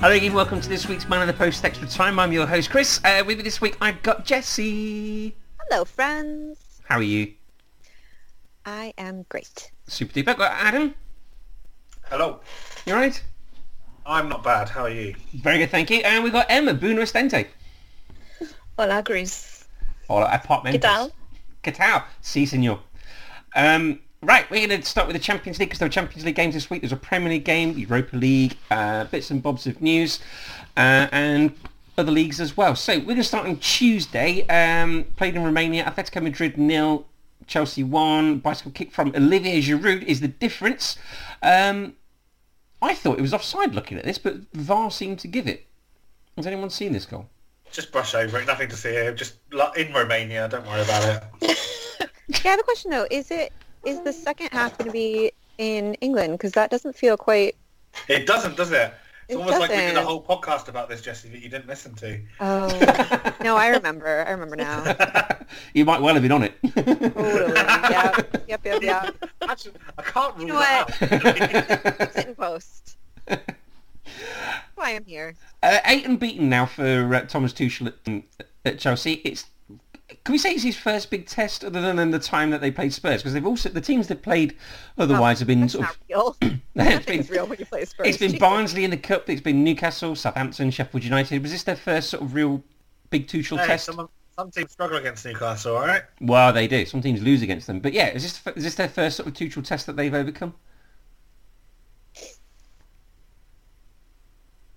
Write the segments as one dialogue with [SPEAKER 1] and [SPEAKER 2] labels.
[SPEAKER 1] Hello again, welcome to this week's Man of the Post Extra Time. I'm your host Chris. Uh, with me this week I've got Jesse.
[SPEAKER 2] Hello, friends.
[SPEAKER 1] How are you?
[SPEAKER 2] I am great.
[SPEAKER 1] Super duper. Got Adam.
[SPEAKER 3] Hello.
[SPEAKER 1] You alright?
[SPEAKER 3] I'm not bad. How are you?
[SPEAKER 1] Very good, thank you. And we've got Emma Boona Estente.
[SPEAKER 2] Hola, Chris.
[SPEAKER 1] Hola, apartment.
[SPEAKER 2] ¿Qué tal?
[SPEAKER 1] ¿Qué tal? Si, senor. Um, right, we're going to start with the Champions League because there are Champions League games this week. There's a Premier League game, Europa League, uh, bits and bobs of news, uh, and other leagues as well. So we're going to start on Tuesday. Um, played in Romania, Atletico Madrid nil, Chelsea one. Bicycle kick from Olivier Giroud is the difference. Um, I thought it was offside looking at this, but VAR seemed to give it. Has anyone seen this goal?
[SPEAKER 3] Just brush over it. Nothing to see here. Just like, in Romania. Don't worry about it.
[SPEAKER 2] Yeah, I have a question though. Is it is the second half going to be in England? Because that doesn't feel quite.
[SPEAKER 3] It doesn't, does it?
[SPEAKER 2] It
[SPEAKER 3] It's almost like we did a
[SPEAKER 2] doesn't.
[SPEAKER 3] whole podcast about this, Jesse, that you didn't listen to.
[SPEAKER 2] Oh no, I remember. I remember now.
[SPEAKER 1] you might well have been on it.
[SPEAKER 2] Totally. Yep. Yep. Yep. Yep.
[SPEAKER 3] Actually, I can't rule
[SPEAKER 2] know
[SPEAKER 3] that out.
[SPEAKER 2] Sit in post. That's Why I'm here.
[SPEAKER 1] Uh, eight and beaten now for uh, Thomas Tuchel at, at Chelsea. It's can we say it's his first big test other than the time that they played Spurs because they've also the teams they've played otherwise have been
[SPEAKER 2] That's
[SPEAKER 1] sort
[SPEAKER 2] not
[SPEAKER 1] of
[SPEAKER 2] real.
[SPEAKER 1] it's
[SPEAKER 2] Nothing's
[SPEAKER 1] been,
[SPEAKER 2] real when you play Spurs.
[SPEAKER 1] it's been
[SPEAKER 2] Jesus.
[SPEAKER 1] Barnsley in the cup. It's been Newcastle, Southampton, Sheffield United. Was this their first sort of real big Tuchel
[SPEAKER 3] Hey,
[SPEAKER 1] test?
[SPEAKER 3] some, some teams struggle against Newcastle, all right?
[SPEAKER 1] Well, they do. Some teams lose against them. But yeah, is this is this their first sort of Tuchel test that they've overcome?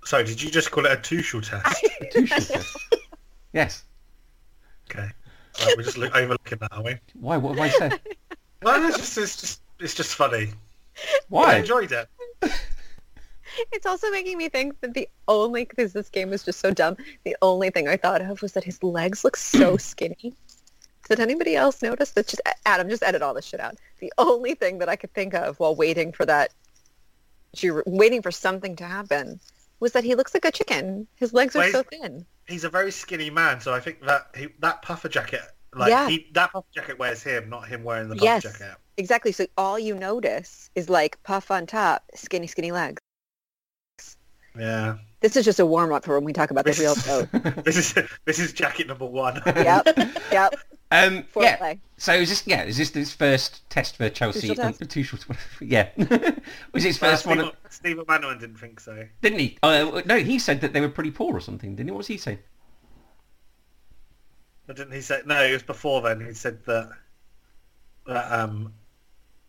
[SPEAKER 3] Sorry, did you just call it a Tuchel test?
[SPEAKER 1] A Tuchel test. Yes.
[SPEAKER 3] okay. Right, we're just look, overlooking that, are we?
[SPEAKER 1] Why? What have I said?
[SPEAKER 3] Well, it's just, it's just, it's just funny. I
[SPEAKER 1] Why?
[SPEAKER 3] enjoyed it.
[SPEAKER 2] It's also making me think that the only because this game is just so dumb. The only thing I thought of was that his legs look so skinny. Did anybody else notice that? Just Adam, just edit all this shit out. The only thing that I could think of while waiting for that, Giroud- waiting for something to happen, was that he looks like a chicken. His legs are
[SPEAKER 3] Wait.
[SPEAKER 2] so thin.
[SPEAKER 3] He's a very skinny man, so I think that he, that puffer jacket, like
[SPEAKER 2] Yeah.
[SPEAKER 3] he, that puffer jacket wears him, not him wearing the puffer
[SPEAKER 2] Yes.
[SPEAKER 3] jacket.
[SPEAKER 2] Exactly. So all you notice is like puff on top, skinny, skinny legs.
[SPEAKER 3] Yeah.
[SPEAKER 2] This is just a warm up for when we talk about the real vote.
[SPEAKER 3] This is this is jacket number one.
[SPEAKER 2] yep. Yep.
[SPEAKER 1] Um, yeah.
[SPEAKER 2] Foreplay.
[SPEAKER 1] So is this yeah? Is this this first test for Chelsea?
[SPEAKER 2] Tuchel test?
[SPEAKER 1] Um, Tuchel- yeah. was his first one?
[SPEAKER 3] Stephen, Stephen Manuel didn't think so.
[SPEAKER 1] Didn't he? Uh, no, he said that they were pretty poor or something, didn't he? What was he saying?
[SPEAKER 3] But didn't he say no? It was before then. He said that that um,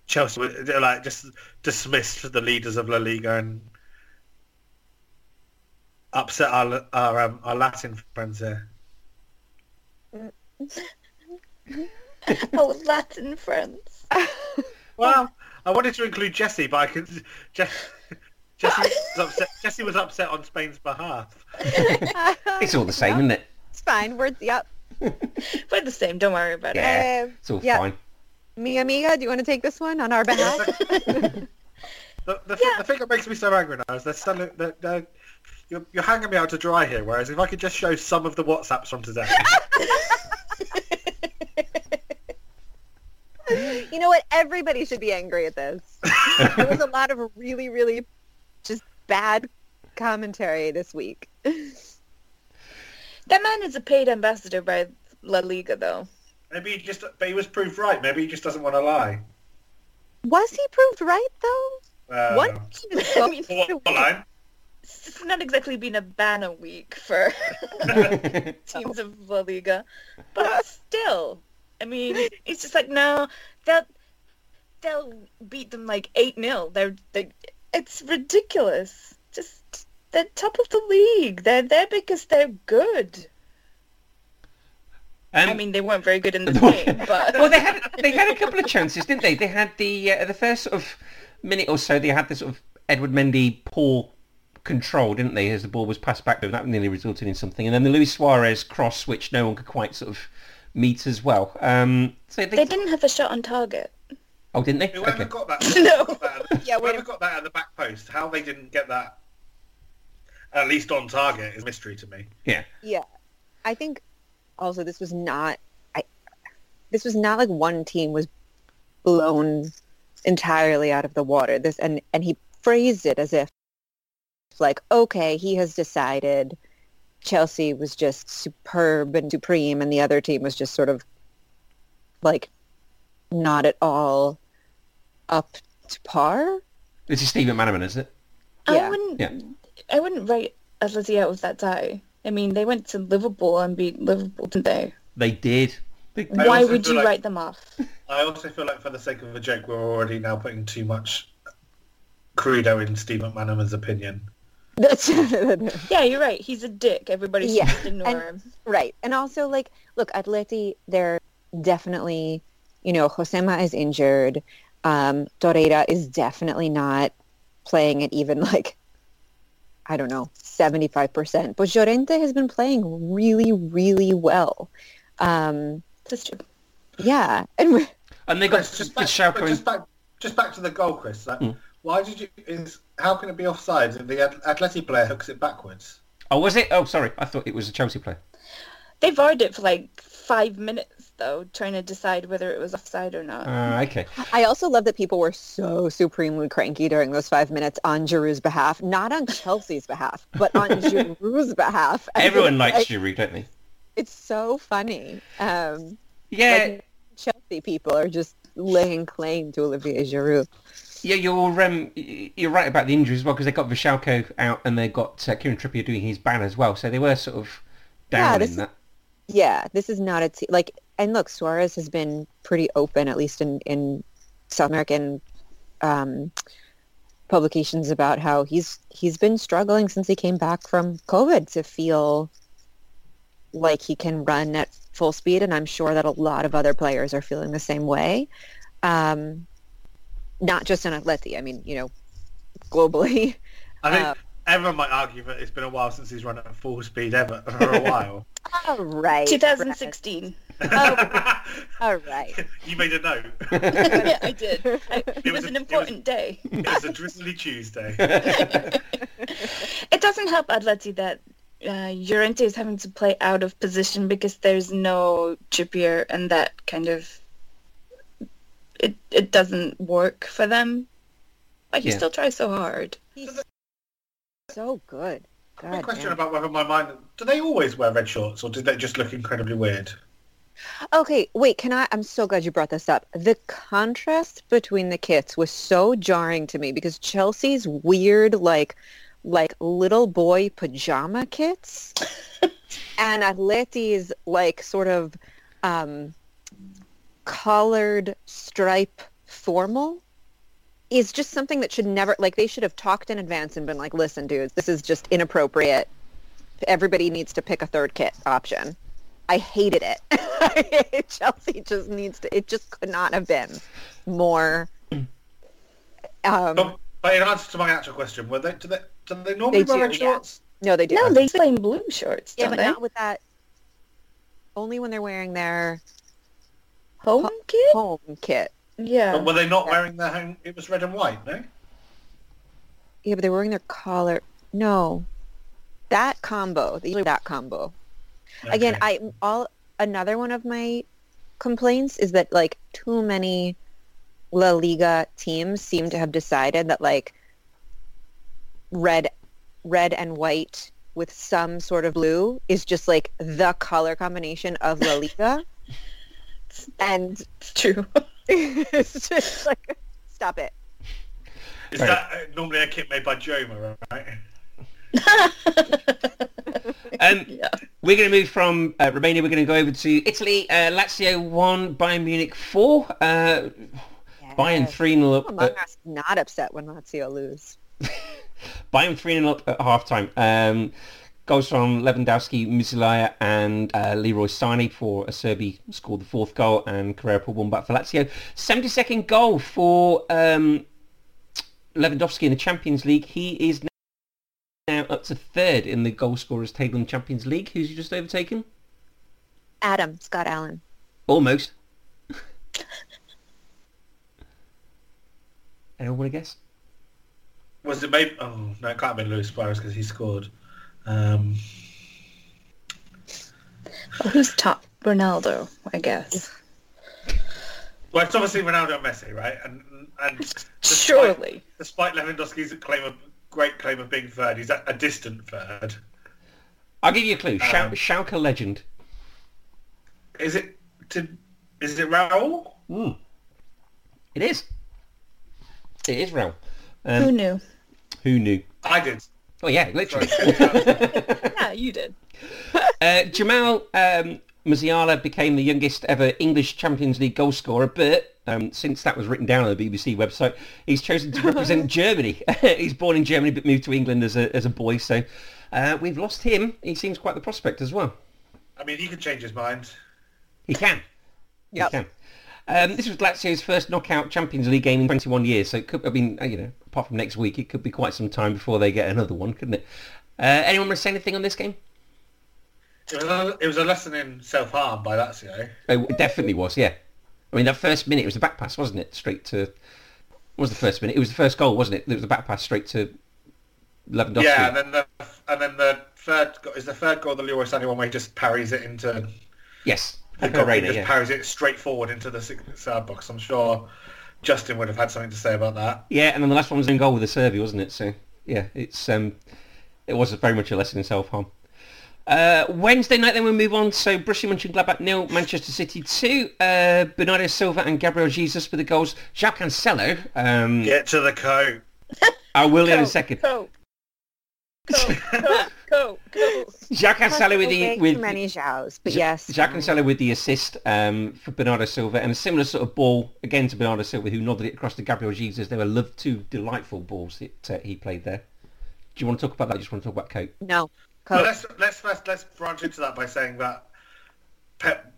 [SPEAKER 3] Chelsea were, they're like just dismissed the leaders of La Liga and upset our our, um, our Latin friends here.
[SPEAKER 4] Oh, Latin friends.
[SPEAKER 3] Well, I wanted to include Jesse, but I could Jesse. Jesse was upset. Jesse was upset on Spain's behalf.
[SPEAKER 4] Oh,
[SPEAKER 1] It's all the same, isn't it?
[SPEAKER 2] It's fine. Words. Yep.
[SPEAKER 4] We're the same. Don't worry about it.
[SPEAKER 1] Yeah.
[SPEAKER 2] Um,
[SPEAKER 1] It's all
[SPEAKER 2] yeah.
[SPEAKER 1] fine.
[SPEAKER 2] Mia Mia, do you want to take this one on our behalf?
[SPEAKER 3] The, the, thi- the thing that makes me so angry now is they're selling. They're, they're, you're, you're hanging me out to dry here. Whereas if I could just show some of the WhatsApps from today,
[SPEAKER 2] you know what? Everybody should be angry at this. there was a lot of really, really just bad commentary this week.
[SPEAKER 4] That man is a paid ambassador by La Liga, though.
[SPEAKER 3] maybe he just. But he was proved right. Maybe he just doesn't want to lie.
[SPEAKER 2] Was he proved right though?
[SPEAKER 3] Uh,
[SPEAKER 2] One team is
[SPEAKER 4] I mean,
[SPEAKER 2] supposed to
[SPEAKER 3] Well, I'm-
[SPEAKER 4] It's not exactly been a banner week for teams of La Liga, but still, I mean, it's just like no, that They'll beat them like eight 0 They're they, it's ridiculous. Just they're top of the league. They're there because they're good.
[SPEAKER 1] Um,
[SPEAKER 4] I mean, they weren't very good in the game, but
[SPEAKER 1] well, they had they had a couple of chances, didn't they? They had the uh, the first sort of minute or so. They had the sort of Edward Mendy poor control, didn't they? As the ball was passed back to him, that nearly resulted in something. And then the Luis Suarez cross, which no one could quite sort of meet as well. Um, so they,
[SPEAKER 4] they didn't have a shot on target.
[SPEAKER 1] Oh, didn't they?
[SPEAKER 3] Whoever
[SPEAKER 1] Okay.
[SPEAKER 3] got that,
[SPEAKER 4] No.
[SPEAKER 3] got that-
[SPEAKER 4] Yeah,
[SPEAKER 3] whoever
[SPEAKER 4] wait.
[SPEAKER 3] got that at the back post, how they didn't get that at least on target is a mystery to me.
[SPEAKER 1] Yeah.
[SPEAKER 2] Yeah, I think also this was not. I this was not like one team was blown entirely out of the water. This and and he phrased it as if like okay, he has decided. Chelsea was just superb and supreme, and the other team was just sort of like not at all up to par.
[SPEAKER 1] This is Stephen Manaman, isn't it?
[SPEAKER 2] Yeah.
[SPEAKER 4] I wouldn't.
[SPEAKER 1] Yeah.
[SPEAKER 4] I wouldn't write Atleti out of that tie. I mean, they went to Liverpool and beat Liverpool, didn't they?
[SPEAKER 1] They did. They,
[SPEAKER 3] I
[SPEAKER 4] Why
[SPEAKER 3] also
[SPEAKER 4] would
[SPEAKER 3] feel
[SPEAKER 4] you
[SPEAKER 3] like-
[SPEAKER 4] write them off?
[SPEAKER 3] I also feel like for the sake of a joke, we're already now putting too much credo in Steve McManaman's opinion.
[SPEAKER 2] That's
[SPEAKER 4] Yeah, you're right. He's a dick. Everybody should
[SPEAKER 2] Yeah,
[SPEAKER 4] just ignore
[SPEAKER 2] and-
[SPEAKER 4] him.
[SPEAKER 2] Right. And also, like, look, Atleti, they're definitely, you know, Josema is injured. Um, Torreira is definitely not playing at even, like, I don't know, 75%. But Llorente has been playing really, really well. Um,
[SPEAKER 4] That's true.
[SPEAKER 2] yeah. And we
[SPEAKER 1] and they got
[SPEAKER 3] Chris, just
[SPEAKER 1] just
[SPEAKER 3] back,
[SPEAKER 1] Schalke
[SPEAKER 3] but
[SPEAKER 1] and
[SPEAKER 3] just back, just back to the goal, Chris. Like, Why did you? Is how can it be offside? if The At- Atleti player hooks it backwards.
[SPEAKER 1] Oh, was it? Oh, sorry. I thought it was a Chelsea player.
[SPEAKER 4] They've argued it for like five minutes though, trying to decide whether it was offside or not.
[SPEAKER 1] Uh, okay.
[SPEAKER 2] I also love that people were so supremely cranky during those five minutes on Giroud's behalf, not on Chelsea's behalf, but on Giroud's behalf.
[SPEAKER 1] Everyone
[SPEAKER 2] Like,
[SPEAKER 1] likes Giroud, don't they?
[SPEAKER 2] It's so funny. Um,
[SPEAKER 1] Yeah.
[SPEAKER 2] Like, Chelsea people are just laying claim to Olivier Giroud.
[SPEAKER 1] Yeah, you're um, y- you're right about the injuries as well because they got Vishalko out and they got uh, Kieran Trippier doing his ban as well, so they were sort of
[SPEAKER 2] Yeah,
[SPEAKER 1] down
[SPEAKER 2] this
[SPEAKER 1] in
[SPEAKER 2] is-
[SPEAKER 1] that.
[SPEAKER 2] Yeah, this is not a team. Like, and look, Suarez has been pretty open, at least in, in South American um, publications, about how he's he's been struggling since he came back from COVID to feel like he can run at full speed, and I'm sure that a lot of other players are feeling the same way. Um, not just in Atleti. I mean, you know, globally.
[SPEAKER 3] I think
[SPEAKER 2] Uh,
[SPEAKER 3] everyone might argue that it's been a while since he's run at full speed ever for a while.
[SPEAKER 2] All right.
[SPEAKER 4] 2016.
[SPEAKER 2] Oh. All right.
[SPEAKER 3] you made a note.
[SPEAKER 4] yeah, I did. I, it
[SPEAKER 3] was
[SPEAKER 4] was
[SPEAKER 3] a-
[SPEAKER 4] an
[SPEAKER 3] it was-
[SPEAKER 4] important day.
[SPEAKER 3] It was a drizzly Tuesday.
[SPEAKER 4] It doesn't help Atleti that uh, Llorente is having to play out of position because there's no Trippier and that kind of it it doesn't work for them. But he
[SPEAKER 1] Yeah.
[SPEAKER 4] still tries so hard.
[SPEAKER 2] He's so good.
[SPEAKER 3] Quick
[SPEAKER 2] God
[SPEAKER 3] question
[SPEAKER 2] damn.
[SPEAKER 3] about whether my mind. Do they always wear red shorts, or did they just look incredibly weird?
[SPEAKER 2] Okay, wait, can I? I'm so glad you brought this up. The contrast between the kits was so jarring to me because Chelsea's weird, like, like little boy pajama kits, and Atleti's like sort of um, collared stripe formal is just something that should never like they should have talked in advance and been like, listen, dudes, this is just inappropriate. Everybody needs to pick a third kit option. I hated it. Chelsea just needs to. It just could not have been more. Um,
[SPEAKER 3] But, but in answer to my actual question, were they? Do they? Do they normally
[SPEAKER 2] They
[SPEAKER 3] wear
[SPEAKER 2] do,
[SPEAKER 3] red
[SPEAKER 2] yeah.
[SPEAKER 3] shorts?
[SPEAKER 2] no, they do.
[SPEAKER 4] No, they play in blue shorts,
[SPEAKER 2] yeah,
[SPEAKER 4] don't
[SPEAKER 2] but
[SPEAKER 4] they?
[SPEAKER 2] not with that. Only when they're wearing their
[SPEAKER 4] Home kid?
[SPEAKER 2] home kit.
[SPEAKER 4] Yeah.
[SPEAKER 3] But were they not wearing their home? It was red and white, no.
[SPEAKER 2] Yeah, but they're wearing their collar. No, that combo. They usually that combo. Again,
[SPEAKER 3] Okay.
[SPEAKER 2] I all another one of my complaints is that like too many La Liga teams seem to have decided that like red red and white with some sort of blue is just like the color combination of La Liga. and
[SPEAKER 4] It's true.
[SPEAKER 2] it's just like stop it.
[SPEAKER 3] Is
[SPEAKER 1] Right.
[SPEAKER 3] that uh, normally a kit made by Joma, right?
[SPEAKER 1] Um, We're going to move from uh, Romania. We're going to go over to Italy. Uh, Lazio one, Bayern Munich four. Uh, Bayern 3-0 up
[SPEAKER 2] Among
[SPEAKER 1] at,
[SPEAKER 2] Us not upset when Lazio lose.
[SPEAKER 1] Bayern 3-0 up at half-time. Um, goals from Lewandowski, Musilaya and uh, Leroy Sane for Acerbi scored the fourth goal and Carrera pulled one back for Lazio. 72nd goal for um, Lewandowski in the Champions League. He is now up to third in the goal scorers table in the Champions League. Who's he just overtaken?
[SPEAKER 2] Adam, Scott Allen.
[SPEAKER 1] Almost. Anyone want to guess?
[SPEAKER 3] Was it maybe? Oh no, it can't have been Luis Suarez because he scored. Um,
[SPEAKER 4] Well, who's top? Ronaldo, I guess.
[SPEAKER 3] well, it's obviously Ronaldo and Messi, right? And and despite-
[SPEAKER 4] Surely.
[SPEAKER 3] despite Lewandowski's claim of great claim of being third, he's a, a distant third.
[SPEAKER 1] I'll give you a clue. Schal-
[SPEAKER 3] Um,
[SPEAKER 1] Schalke legend.
[SPEAKER 3] Is it? To, is it Raul?
[SPEAKER 1] Mm. It is. It is Raul.
[SPEAKER 4] Who
[SPEAKER 1] Um,
[SPEAKER 4] knew?
[SPEAKER 1] who knew?
[SPEAKER 3] I did.
[SPEAKER 1] Oh yeah, literally.
[SPEAKER 4] Yeah, you did.
[SPEAKER 1] Uh, Jamal um, Musiala became the youngest ever English Champions League goal scorer, but um, since that was written down on the BBC website, he's chosen to represent Germany. he's born in Germany but moved to England as a, as a boy, so uh, we've lost him. He seems quite the prospect as well.
[SPEAKER 3] I mean, he could change his mind.
[SPEAKER 1] He can. He
[SPEAKER 2] Yep.
[SPEAKER 1] can. Um, this was Lazio's first knockout Champions League game in 21 years, so it could, I mean, uh, you know, apart from next week, it could be quite some time before they get another one, couldn't it? Uh, anyone want to say anything on this game?
[SPEAKER 3] It was a, it was a lesson in self harm by Lazio.
[SPEAKER 1] Oh, It definitely was, yeah. I mean, that first minute, it was the back pass, wasn't it? Straight to... what was the first minute? It was the first goal, wasn't it? It was the back pass straight to Lewandowski.
[SPEAKER 3] Yeah, and then the and then the third go- is the third goal the Leroy Sané one where he just parries it into
[SPEAKER 1] yes.
[SPEAKER 3] he
[SPEAKER 1] Correa,
[SPEAKER 3] just
[SPEAKER 1] yeah.
[SPEAKER 3] parries it straight forward into the six yard box. I'm sure Justin would have had something to say about that.
[SPEAKER 1] Yeah, and then the last one was in goal with a Serbia, wasn't it? So yeah, it's um, it was very much a lesson in self harm. Uh, Wednesday night, then we move on. So Borussia Mönchengladbach nil, Manchester City two. Uh, Bernardo Silva and Gabriel Jesus with the goals. Jao Cancelo. Um,
[SPEAKER 3] Get to the coat.
[SPEAKER 1] I will in a second.
[SPEAKER 4] Go. Go. Go. Go. Go.
[SPEAKER 1] Jao Cancelo with
[SPEAKER 2] Way
[SPEAKER 1] the
[SPEAKER 2] too
[SPEAKER 1] with
[SPEAKER 2] many Zhaos, but
[SPEAKER 1] Ja-
[SPEAKER 2] yes. um,
[SPEAKER 1] Jao Cancelo with the assist um, for Bernardo Silva and a similar sort of ball again to Bernardo Silva, who nodded it across to Gabriel Jesus. They were love two delightful balls that uh, he played there. Do you want to talk about that? I just want to talk about Coke.
[SPEAKER 2] No.
[SPEAKER 3] Well,
[SPEAKER 2] Coach.
[SPEAKER 3] let's let's first let's branch into that by saying that Pep,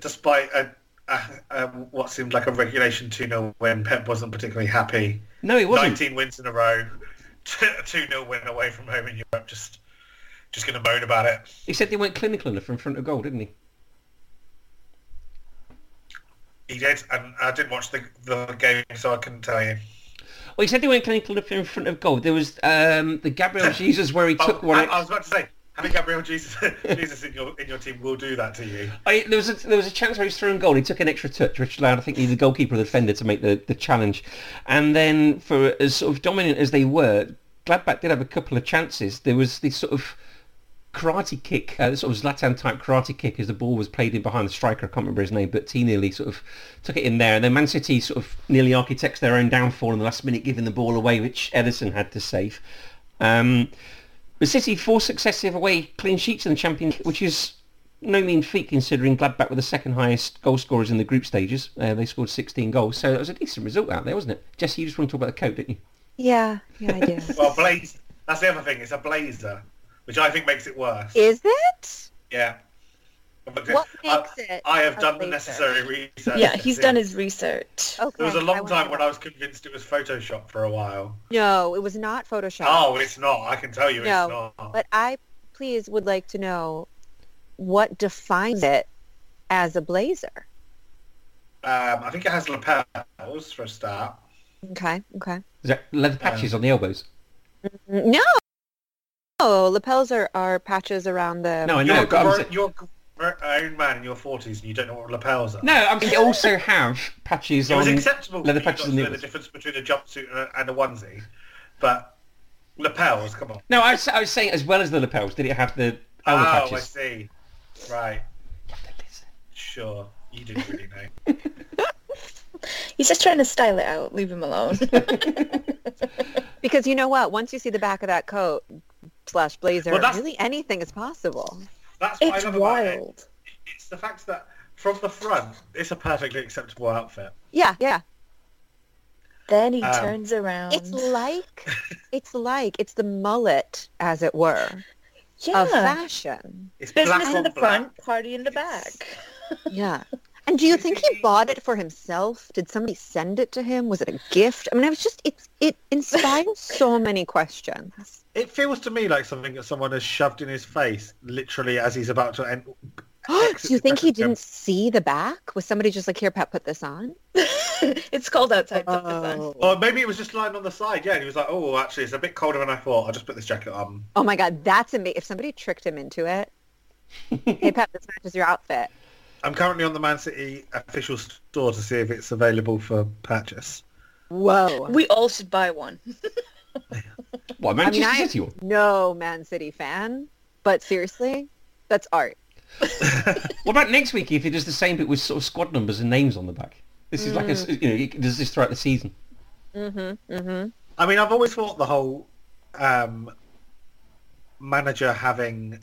[SPEAKER 3] despite a, a, a what seemed like a regulation 2-0 win, Pep wasn't particularly happy.
[SPEAKER 1] No, it wasn't.
[SPEAKER 3] 19 wins in a row, 2-0 win away from home in Europe. Just just going to moan about it.
[SPEAKER 1] He said they weren't clinical enough in front of goal, didn't he?
[SPEAKER 3] He did, and I didn't watch the, the game, so I couldn't tell you.
[SPEAKER 1] Well, he said they weren't clinical enough in front of goal. There was um, the Gabriel Jesus where he
[SPEAKER 3] Oh,
[SPEAKER 1] took one.
[SPEAKER 3] I,
[SPEAKER 1] ex-
[SPEAKER 3] I was about to say, having Gabriel Jesus, Jesus in your in your team will do that to you.
[SPEAKER 1] I, there was a, there was a chance where he was through and goal. He took an extra touch, which allowed I think either the goalkeeper or the defender to make the, the challenge. And then, for as sort of dominant as they were, Gladbach did have a couple of chances. There was this sort of karate kick, uh, this sort of Zlatan type karate kick, as the ball was played in behind the striker. I can't remember his name, but he nearly sort of took it in there. And then Man City sort of nearly architects their own downfall in the last minute, giving the ball away, which Edison had to save. Um, but City four successive away clean sheets in the Champions, which is no mean feat considering Gladbach were the second highest goal scorers in the group stages. Uh, they scored 16 goals, so that was a decent result out there, wasn't it? Jesse, you just want to talk about the coat, didn't you?
[SPEAKER 2] Yeah, yeah, I do.
[SPEAKER 3] Well, blaze. That's the other thing. It's a blazer, which I think makes it worse.
[SPEAKER 2] Is it?
[SPEAKER 3] Yeah. But
[SPEAKER 2] What
[SPEAKER 3] I,
[SPEAKER 2] makes it
[SPEAKER 3] I have
[SPEAKER 2] a
[SPEAKER 3] done the
[SPEAKER 2] blazer?
[SPEAKER 3] necessary research.
[SPEAKER 4] Yeah, he's done
[SPEAKER 3] it.
[SPEAKER 4] his research.
[SPEAKER 2] Okay.
[SPEAKER 3] There was a long
[SPEAKER 2] went
[SPEAKER 3] time
[SPEAKER 2] to
[SPEAKER 3] when
[SPEAKER 2] that.
[SPEAKER 3] I was convinced it was Photoshop for a while.
[SPEAKER 2] No, it was not Photoshop.
[SPEAKER 3] Oh, it's not. I can tell you,
[SPEAKER 2] No,
[SPEAKER 3] it's not.
[SPEAKER 2] But I please would like to know what defines it as a blazer.
[SPEAKER 3] Um, I think it has lapels for a start.
[SPEAKER 2] Okay, okay.
[SPEAKER 1] Is that leather patches on the elbows?
[SPEAKER 2] No. Oh, lapels are, are patches around the
[SPEAKER 1] No, I
[SPEAKER 3] You're,
[SPEAKER 1] know.
[SPEAKER 3] a
[SPEAKER 1] but I'm
[SPEAKER 3] grown-
[SPEAKER 1] sa-
[SPEAKER 3] you're a grown man in your forties, and you don't know what lapels are.
[SPEAKER 1] no, I mean, they also have patches
[SPEAKER 3] It
[SPEAKER 1] on
[SPEAKER 3] was acceptable.
[SPEAKER 1] leather
[SPEAKER 3] when you got
[SPEAKER 1] patches on
[SPEAKER 3] to
[SPEAKER 1] the
[SPEAKER 3] know the
[SPEAKER 1] elbows.
[SPEAKER 3] difference between a jumpsuit and a, and a onesie, but lapels. Come on.
[SPEAKER 1] No, I was, I was saying as well as the lapels, did it have the elbow
[SPEAKER 3] Oh, I
[SPEAKER 1] patches?
[SPEAKER 3] see. Right. Sure. You didn't really know.
[SPEAKER 4] He's just trying to style it out. Leave him alone.
[SPEAKER 2] because you know what? Once you see the back of that coat slash blazer,
[SPEAKER 3] Well, that's-
[SPEAKER 2] really anything is possible.
[SPEAKER 3] That's what I
[SPEAKER 4] it's
[SPEAKER 3] love about it.
[SPEAKER 4] wild.
[SPEAKER 3] It's the fact that from the front, it's a perfectly acceptable outfit.
[SPEAKER 2] Yeah, yeah.
[SPEAKER 4] Then he
[SPEAKER 3] Um,
[SPEAKER 4] turns around.
[SPEAKER 2] It's like, Um, it's like, it's the mullet, as it were,
[SPEAKER 4] yeah.
[SPEAKER 2] of fashion.
[SPEAKER 3] It's black
[SPEAKER 4] Business in
[SPEAKER 3] on
[SPEAKER 4] the
[SPEAKER 3] black.
[SPEAKER 4] front, party in the back.
[SPEAKER 2] Yeah. And do you think he bought it for himself? Did somebody send it to him? Was it a gift? I mean, I was just, it, it inspires so many questions.
[SPEAKER 3] It feels to me like something that someone has shoved in his face, literally as he's about to end.
[SPEAKER 2] do you think he
[SPEAKER 3] Exit the
[SPEAKER 2] didn't see the back? Was somebody just like, here, Pat, put this on?
[SPEAKER 4] it's cold outside. Put this on.
[SPEAKER 3] Or maybe it was just lying on the side. Yeah, and he was like, "Oh, actually, it's a bit colder than I thought. I'll just put this jacket on."
[SPEAKER 2] Oh my God, that's amazing. If somebody tricked him into it, hey, Pat, this matches your outfit.
[SPEAKER 3] I'm currently on the Man City official store to see if it's available for purchase.
[SPEAKER 2] Whoa.
[SPEAKER 4] We all should buy one.
[SPEAKER 1] What,
[SPEAKER 2] I mean,
[SPEAKER 1] Manchester
[SPEAKER 2] I
[SPEAKER 1] City one?
[SPEAKER 2] no Man City fan, but seriously, that's art.
[SPEAKER 1] What about next week if it does the same but with sort of squad numbers and names on the back? This is like
[SPEAKER 2] Hmm.
[SPEAKER 1] a, s- you know, it does this throughout the season.
[SPEAKER 2] Mm-hmm,
[SPEAKER 3] I mean, I've always thought the whole um, manager having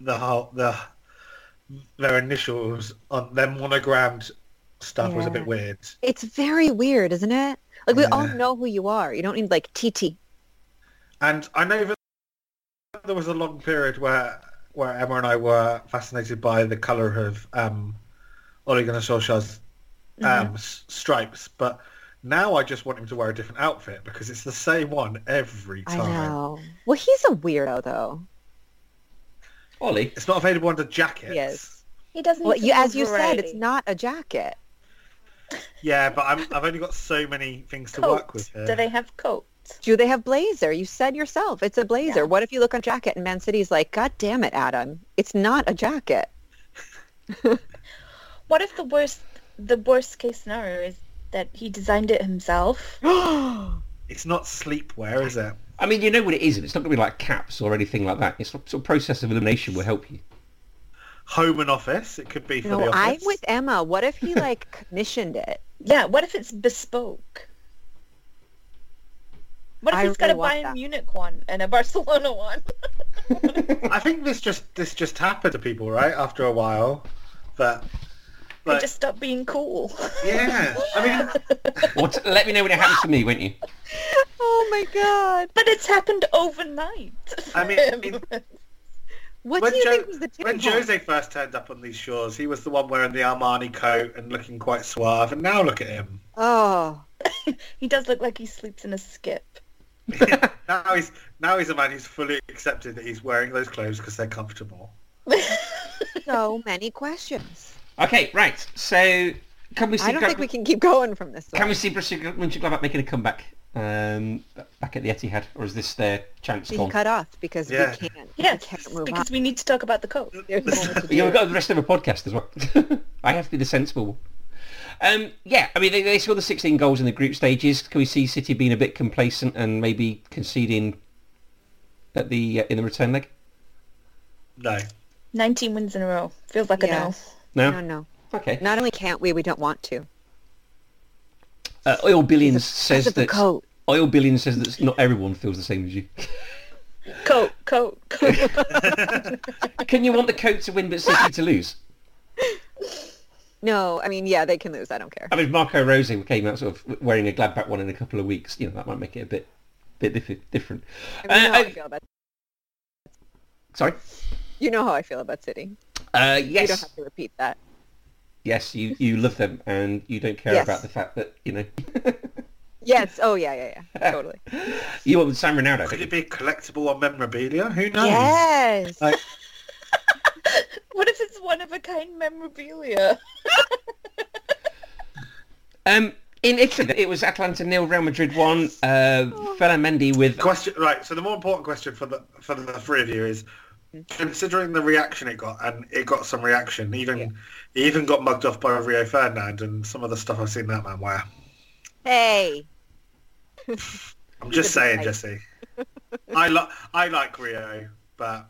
[SPEAKER 3] the whole the their initials on their monogrammed stuff was a
[SPEAKER 2] Yeah.
[SPEAKER 3] bit weird.
[SPEAKER 2] It's very weird, isn't it? Like we all
[SPEAKER 3] Yeah.
[SPEAKER 2] know who you are. You don't need like TT.
[SPEAKER 3] And I know that there was a long period where where Emma and I were fascinated by the colour of um, Ole Gunnar Solskjaer's um,
[SPEAKER 4] Mm-hmm.
[SPEAKER 3] s- stripes, but now I just want him to wear a different outfit because it's the same one every
[SPEAKER 2] I
[SPEAKER 3] time.
[SPEAKER 2] know. Well, he's a weirdo though.
[SPEAKER 1] Ollie,
[SPEAKER 3] It's not available under jackets.
[SPEAKER 2] Yes.
[SPEAKER 4] He doesn't.
[SPEAKER 2] Well,
[SPEAKER 4] need to
[SPEAKER 2] you,
[SPEAKER 4] have
[SPEAKER 2] as you said, it's
[SPEAKER 4] variety.
[SPEAKER 2] not a jacket.
[SPEAKER 3] Yeah, but I'm, I've only got so many things to work with.
[SPEAKER 4] coats.
[SPEAKER 3] Here.
[SPEAKER 4] Do they have coats?
[SPEAKER 2] Do they have blazer? You said yourself, it's a blazer.
[SPEAKER 4] Yeah.
[SPEAKER 2] What if you look on jacket and Man City's like, God damn it, Adam, it's not a jacket.
[SPEAKER 4] What if the worst the worst case scenario is that he designed it himself?
[SPEAKER 3] It's not sleepwear, is it?
[SPEAKER 1] I mean, you know what it is. and It's not going to be like caps or anything like that. It's sort of process of elimination will help you.
[SPEAKER 3] Home and office. It could be for the
[SPEAKER 2] No, I'm
[SPEAKER 3] office.
[SPEAKER 2] with Emma. What if he like commissioned it?
[SPEAKER 4] Yeah. What if it's bespoke? What if
[SPEAKER 2] I
[SPEAKER 4] he's got
[SPEAKER 2] really
[SPEAKER 4] a
[SPEAKER 2] want
[SPEAKER 4] Bayern
[SPEAKER 2] that.
[SPEAKER 4] Munich one and a Barcelona one?
[SPEAKER 3] I think this just this just happened to people, right? After a while, that
[SPEAKER 4] They
[SPEAKER 3] like,
[SPEAKER 4] just stop being cool.
[SPEAKER 3] yeah. I mean,
[SPEAKER 1] Or t- let me know when it happens to me, won't you?
[SPEAKER 2] Oh my God.
[SPEAKER 4] But it's happened overnight.
[SPEAKER 3] I mean, in-
[SPEAKER 2] What
[SPEAKER 3] when,
[SPEAKER 2] do you
[SPEAKER 3] Jo-
[SPEAKER 2] think was the tipping
[SPEAKER 3] when
[SPEAKER 2] point?
[SPEAKER 3] Jose first turned up on these shores, he was the one wearing the Armani coat and looking quite suave. And now look at him.
[SPEAKER 2] Oh,
[SPEAKER 4] he does look like he sleeps in a skip.
[SPEAKER 3] Now he's now he's a man who's fully accepted that he's wearing those clothes because they're comfortable.
[SPEAKER 2] so many questions.
[SPEAKER 1] Okay, right. So can we see?
[SPEAKER 2] I don't think we can keep going from this
[SPEAKER 1] Can
[SPEAKER 2] one.
[SPEAKER 1] we see Borussia Mönchengladbach making a comeback um, back at the Etihad, or is this their chance
[SPEAKER 2] Being
[SPEAKER 1] gone?
[SPEAKER 2] cut off because
[SPEAKER 3] Yeah.
[SPEAKER 2] we can't.
[SPEAKER 4] Yeah,
[SPEAKER 2] we can't move
[SPEAKER 4] because
[SPEAKER 2] on.
[SPEAKER 4] we need to talk about the coat.
[SPEAKER 2] There's more to
[SPEAKER 1] Yeah,
[SPEAKER 2] do.
[SPEAKER 1] we've got the rest of a podcast as well. I have to be the sensible one. Um, yeah, I mean, they, they scored the 16 goals in the group stages. Can we see City being a bit complacent and maybe conceding at the uh, in the return leg?
[SPEAKER 3] No,
[SPEAKER 4] 19 wins in a row. Feels like
[SPEAKER 2] Yeah.
[SPEAKER 4] a
[SPEAKER 1] No?
[SPEAKER 4] no.
[SPEAKER 2] No, no.
[SPEAKER 1] Okay.
[SPEAKER 2] Not only can't we, we don't want to.
[SPEAKER 1] Uh, Oil Billions
[SPEAKER 2] Because
[SPEAKER 1] says
[SPEAKER 2] of the
[SPEAKER 1] that...
[SPEAKER 2] coat.
[SPEAKER 1] Oil Billions says that not everyone feels the same as you.
[SPEAKER 4] Coat, coat, coat.
[SPEAKER 1] Can you want the coat to win but City to lose?
[SPEAKER 2] No, I mean, yeah, they can lose. I don't care.
[SPEAKER 1] I mean, Marco Rose came out sort of wearing a Gladbach one in a couple of weeks. You know, that might make it a bit bit dif- different.
[SPEAKER 2] I mean, you, know how
[SPEAKER 1] Uh,
[SPEAKER 2] I feel about,
[SPEAKER 1] Sorry.
[SPEAKER 2] you know how I feel about City.
[SPEAKER 1] Uh,
[SPEAKER 2] You don't
[SPEAKER 1] yes,
[SPEAKER 2] have to repeat that.
[SPEAKER 1] yes, you, you love them and you don't care
[SPEAKER 2] Yes.
[SPEAKER 1] about the fact that, you know,
[SPEAKER 2] Yes. Oh, yeah, yeah, yeah. Totally.
[SPEAKER 1] you want Sam Ronaldo.
[SPEAKER 3] could
[SPEAKER 1] don't
[SPEAKER 3] it
[SPEAKER 1] you?
[SPEAKER 3] be collectible or memorabilia? Who knows?
[SPEAKER 2] Yes.
[SPEAKER 3] Like,
[SPEAKER 4] what if it's one of a kind memorabilia?
[SPEAKER 1] Um, in Italy, it was Atlanta nil, Real Madrid 1. Uh, Fela Mendy with...
[SPEAKER 3] question right so the more important question for the for the three of you is considering the reaction it got and it got some reaction even he even got mugged off by rio ferdinand and some of the stuff i've seen that man wear
[SPEAKER 2] Hey.
[SPEAKER 3] i'm just
[SPEAKER 2] a bit
[SPEAKER 3] saying
[SPEAKER 2] late.
[SPEAKER 3] jesse i like i like rio but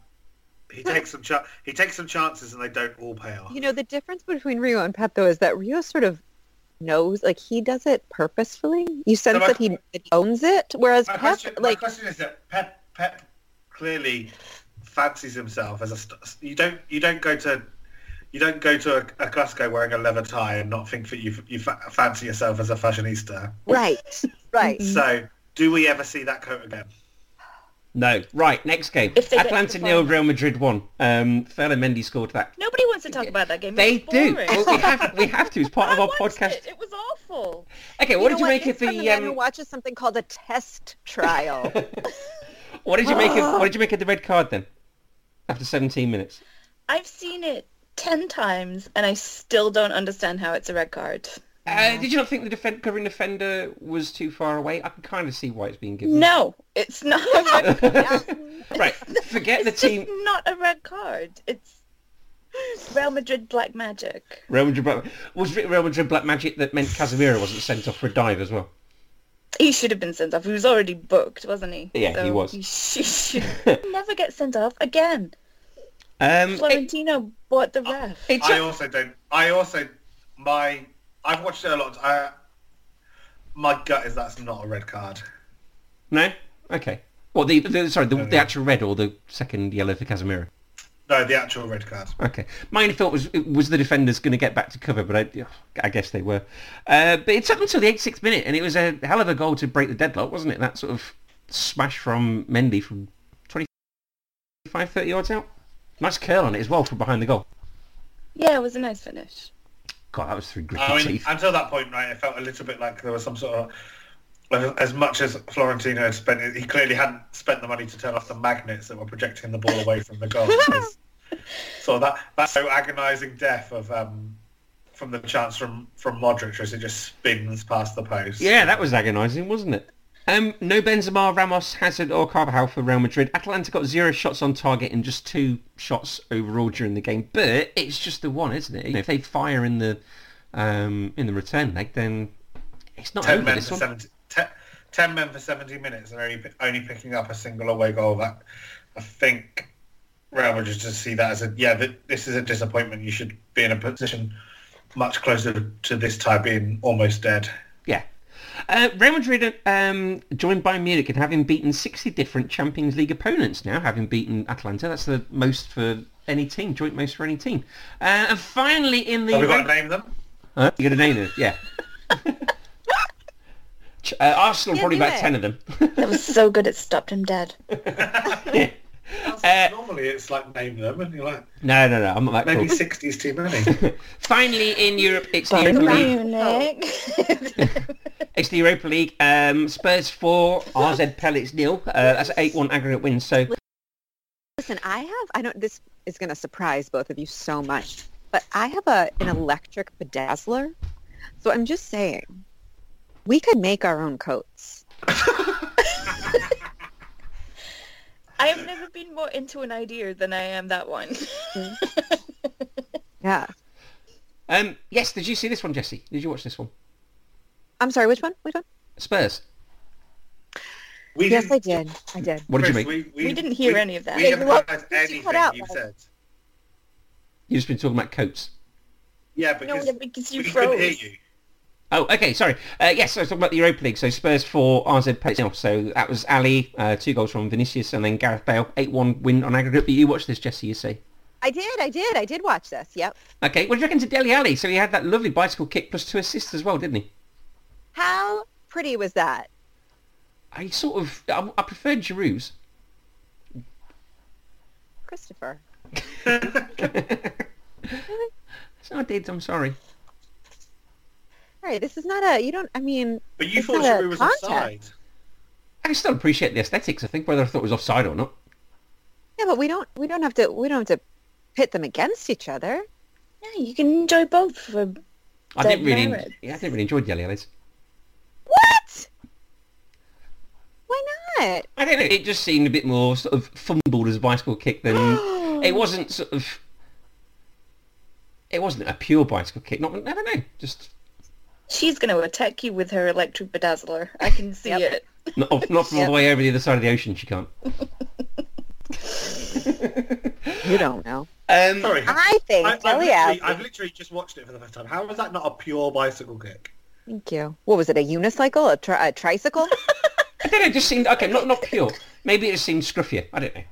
[SPEAKER 3] he takes some cha- he takes some chances and they don't all pay off
[SPEAKER 2] You know, the difference between Rio and Pep, though, is that Rio sort of knows, like, he does it purposefully. You sense
[SPEAKER 3] my-
[SPEAKER 2] that, he, that he owns it, whereas
[SPEAKER 3] my
[SPEAKER 2] Pep,
[SPEAKER 3] question, my
[SPEAKER 2] like,
[SPEAKER 3] question is that Pep, Pep clearly fancies himself as a. St- you don't you don't go to You don't go to a, a Glasgow wearing a leather tie and not think that you you fa- fancy yourself as a fashionista.
[SPEAKER 2] Right. Right.
[SPEAKER 3] So, do we ever see that coat again?
[SPEAKER 1] No. Right, next game.
[SPEAKER 4] If they get to the
[SPEAKER 1] Atlanta nil,
[SPEAKER 4] final.
[SPEAKER 1] Real Madrid one. Um, Fernand Mendy scored that.
[SPEAKER 4] Nobody wants to talk about that game.
[SPEAKER 1] They
[SPEAKER 4] it's
[SPEAKER 1] do.
[SPEAKER 4] boring.
[SPEAKER 1] Well, we have we have to. It's part of
[SPEAKER 4] I
[SPEAKER 1] our
[SPEAKER 4] watched
[SPEAKER 1] podcast.
[SPEAKER 4] It. it was awful.
[SPEAKER 1] Okay, what
[SPEAKER 2] know
[SPEAKER 1] did you make
[SPEAKER 2] It's
[SPEAKER 1] of
[SPEAKER 2] from the
[SPEAKER 1] the
[SPEAKER 2] man who
[SPEAKER 1] um,
[SPEAKER 2] watches something called a test trial.
[SPEAKER 1] what did you make of what did you make of the red card then? After 17 minutes.
[SPEAKER 4] I've seen it ten times and I still don't understand how it's a red card.
[SPEAKER 1] Uh, did you not think the defend, covering defender was too far away? I can kind of see why it's being given.
[SPEAKER 4] No, it's not a red card.
[SPEAKER 1] right, forget the
[SPEAKER 4] It's
[SPEAKER 1] team.
[SPEAKER 4] just not a red card. It's Real Madrid black magic.
[SPEAKER 1] Real Madrid Black, was it Real Madrid Black Magic that meant Casemiro wasn't sent off for a dive as well.
[SPEAKER 4] He should have been sent off. He was already booked, wasn't he?
[SPEAKER 1] Yeah, he was.
[SPEAKER 4] He sh- should never get sent off again.
[SPEAKER 1] Um, it- Oh,
[SPEAKER 4] Florentino bought the ref.
[SPEAKER 1] it's
[SPEAKER 3] I
[SPEAKER 1] a-
[SPEAKER 3] also don't. I also my I've watched it a lot. I, my gut is that's not a red card.
[SPEAKER 1] no, okay. Well, the, the sorry, the, the actual red or the second yellow for Casemiro.
[SPEAKER 3] No, the actual red card.
[SPEAKER 1] Okay, mine thought was was the defenders going to get back to cover, but I, I guess they were. Uh, but it took until the 86th minute, and it was a hell of a goal to break the deadlock, wasn't it? That sort of smash from Mendy from 25, 30 yards out. Nice curl on it as well from behind the goal.
[SPEAKER 4] Yeah, it was a nice finish.
[SPEAKER 1] God, that was through gritty
[SPEAKER 3] I mean,
[SPEAKER 1] teeth.
[SPEAKER 3] until that point, right, it felt a little bit like there was some sort of as much as Florentino had spent, it, he clearly hadn't spent the money to turn off the magnets that were projecting the ball away from the goal. Because- so that that so agonising death of um, from the chance from from Modric as it just spins past the post.
[SPEAKER 1] Yeah, that was agonising, wasn't it? Um, no Benzema, Ramos, Hazard or Carvajal for Real Madrid. Atalanta got zero shots on target and just two shots overall during the game. But it's just the one, isn't it? You know, if they fire in the um, in the return leg, then it's not
[SPEAKER 3] ten
[SPEAKER 1] over
[SPEAKER 3] men
[SPEAKER 1] this
[SPEAKER 3] for
[SPEAKER 1] one.
[SPEAKER 3] 70, te- 10 men for 70 minutes and only, only picking up a single away goal. That I think Real Madrid just see that as a yeah, th- this is a disappointment. You should be in a position much closer to this tie being almost dead.
[SPEAKER 1] Yeah. Uh, Real Madrid um, joined by Munich and having beaten 60 different Champions League opponents now, having beaten Atalanta. That's the most for any team, joint most for any team. Uh, and finally in the...
[SPEAKER 3] Have we got to name them?
[SPEAKER 1] Huh? You're going to name it, yeah. Ch- uh, Arsenal,
[SPEAKER 2] Yeah,
[SPEAKER 1] probably
[SPEAKER 2] do
[SPEAKER 1] about
[SPEAKER 2] it.
[SPEAKER 1] 10 of them.
[SPEAKER 4] That was so good it stopped him dead.
[SPEAKER 1] Uh,
[SPEAKER 3] Normally it's like name them and you're like,
[SPEAKER 1] no, no, no, I'm not that
[SPEAKER 3] maybe
[SPEAKER 1] cool.
[SPEAKER 3] 60 is too many.
[SPEAKER 1] Finally in Europe, it's the Europa League.
[SPEAKER 4] Munich.
[SPEAKER 1] It's the Europa League. Um, Spurs 4, RZ Pellets nil. Uh, that's 8-1 aggregate win, so...
[SPEAKER 2] Listen, I have, I don't, this is going to surprise both of you so much, but I have a, an electric bedazzler. So I'm just saying, we could make our own coats.
[SPEAKER 4] I have never been more into an idea than I am that one.
[SPEAKER 2] Yeah.
[SPEAKER 1] Um, yes, did you see this one, Jesse? Did you watch this one?
[SPEAKER 2] I'm sorry, which one? Which one?
[SPEAKER 1] Spurs.
[SPEAKER 3] We
[SPEAKER 2] Yes, I
[SPEAKER 3] didn't-
[SPEAKER 2] did. I did.
[SPEAKER 1] What did you
[SPEAKER 3] Chris,
[SPEAKER 1] make?
[SPEAKER 3] we,
[SPEAKER 4] We didn't hear any of that.
[SPEAKER 3] We
[SPEAKER 4] Yeah,
[SPEAKER 3] haven't
[SPEAKER 2] you won't-
[SPEAKER 3] heard
[SPEAKER 2] you
[SPEAKER 3] anything
[SPEAKER 2] cut out,
[SPEAKER 3] you've
[SPEAKER 2] like-
[SPEAKER 3] said.
[SPEAKER 1] You've just been talking about coats.
[SPEAKER 3] Yeah,
[SPEAKER 4] no,
[SPEAKER 3] because
[SPEAKER 4] because
[SPEAKER 3] we
[SPEAKER 4] you
[SPEAKER 3] couldn't hear
[SPEAKER 4] froze.
[SPEAKER 3] you.
[SPEAKER 1] Oh, okay, sorry. Uh, yes, I was talking about the Europa League. So Spurs 4, RZ Pellets nil. So that was Ali, uh, two goals from Vinicius, and then Gareth Bale, 8-1 win on aggregate. But you watched this, Jesse, you see.
[SPEAKER 2] I did. I did. I did watch this. Yep.
[SPEAKER 1] Okay, what do you reckon to Deli Ali? So he had that lovely bicycle kick plus two assists as well, didn't he?
[SPEAKER 2] How pretty was that?
[SPEAKER 1] I sort of, I, I preferred Giroud's.
[SPEAKER 2] Christopher.
[SPEAKER 1] So I did, I'm sorry.
[SPEAKER 2] All right. This is not a, you don't, I mean,
[SPEAKER 3] But you
[SPEAKER 2] It's
[SPEAKER 3] thought
[SPEAKER 2] not a
[SPEAKER 3] Giroud was
[SPEAKER 2] contest.
[SPEAKER 3] offside.
[SPEAKER 1] I still appreciate the aesthetics, I think, whether I thought it was offside or not.
[SPEAKER 2] yeah, but we don't, we don't have to, we don't have to pit them against each other.
[SPEAKER 4] Yeah, you can enjoy both for
[SPEAKER 1] I
[SPEAKER 4] Dead
[SPEAKER 1] didn't really,
[SPEAKER 4] merits.
[SPEAKER 1] yeah, I didn't really enjoy Deli Ali's.
[SPEAKER 2] What? Why not?
[SPEAKER 1] I don't know. It just seemed a bit more sort of fumbled as a bicycle kick than it wasn't sort of. It wasn't a pure bicycle kick. Not, I don't know. Just
[SPEAKER 4] She's going to attack you with her electric bedazzler. I can see
[SPEAKER 2] Yep.
[SPEAKER 4] it.
[SPEAKER 1] not, off- not from all
[SPEAKER 2] Yeah.
[SPEAKER 1] the way over the other side of the ocean. She can't.
[SPEAKER 2] You don't know.
[SPEAKER 1] Um,
[SPEAKER 3] Sorry.
[SPEAKER 2] I think
[SPEAKER 3] I, I've,
[SPEAKER 2] Deli
[SPEAKER 3] literally,
[SPEAKER 2] Alley.
[SPEAKER 3] I've literally just watched it for the first time. How was that not a pure bicycle kick?
[SPEAKER 2] Thank you. What was it? A unicycle? A, tri- a tricycle?
[SPEAKER 1] I don't know. It just seemed okay. Not not pure. Maybe it just seemed scruffier. I don't know.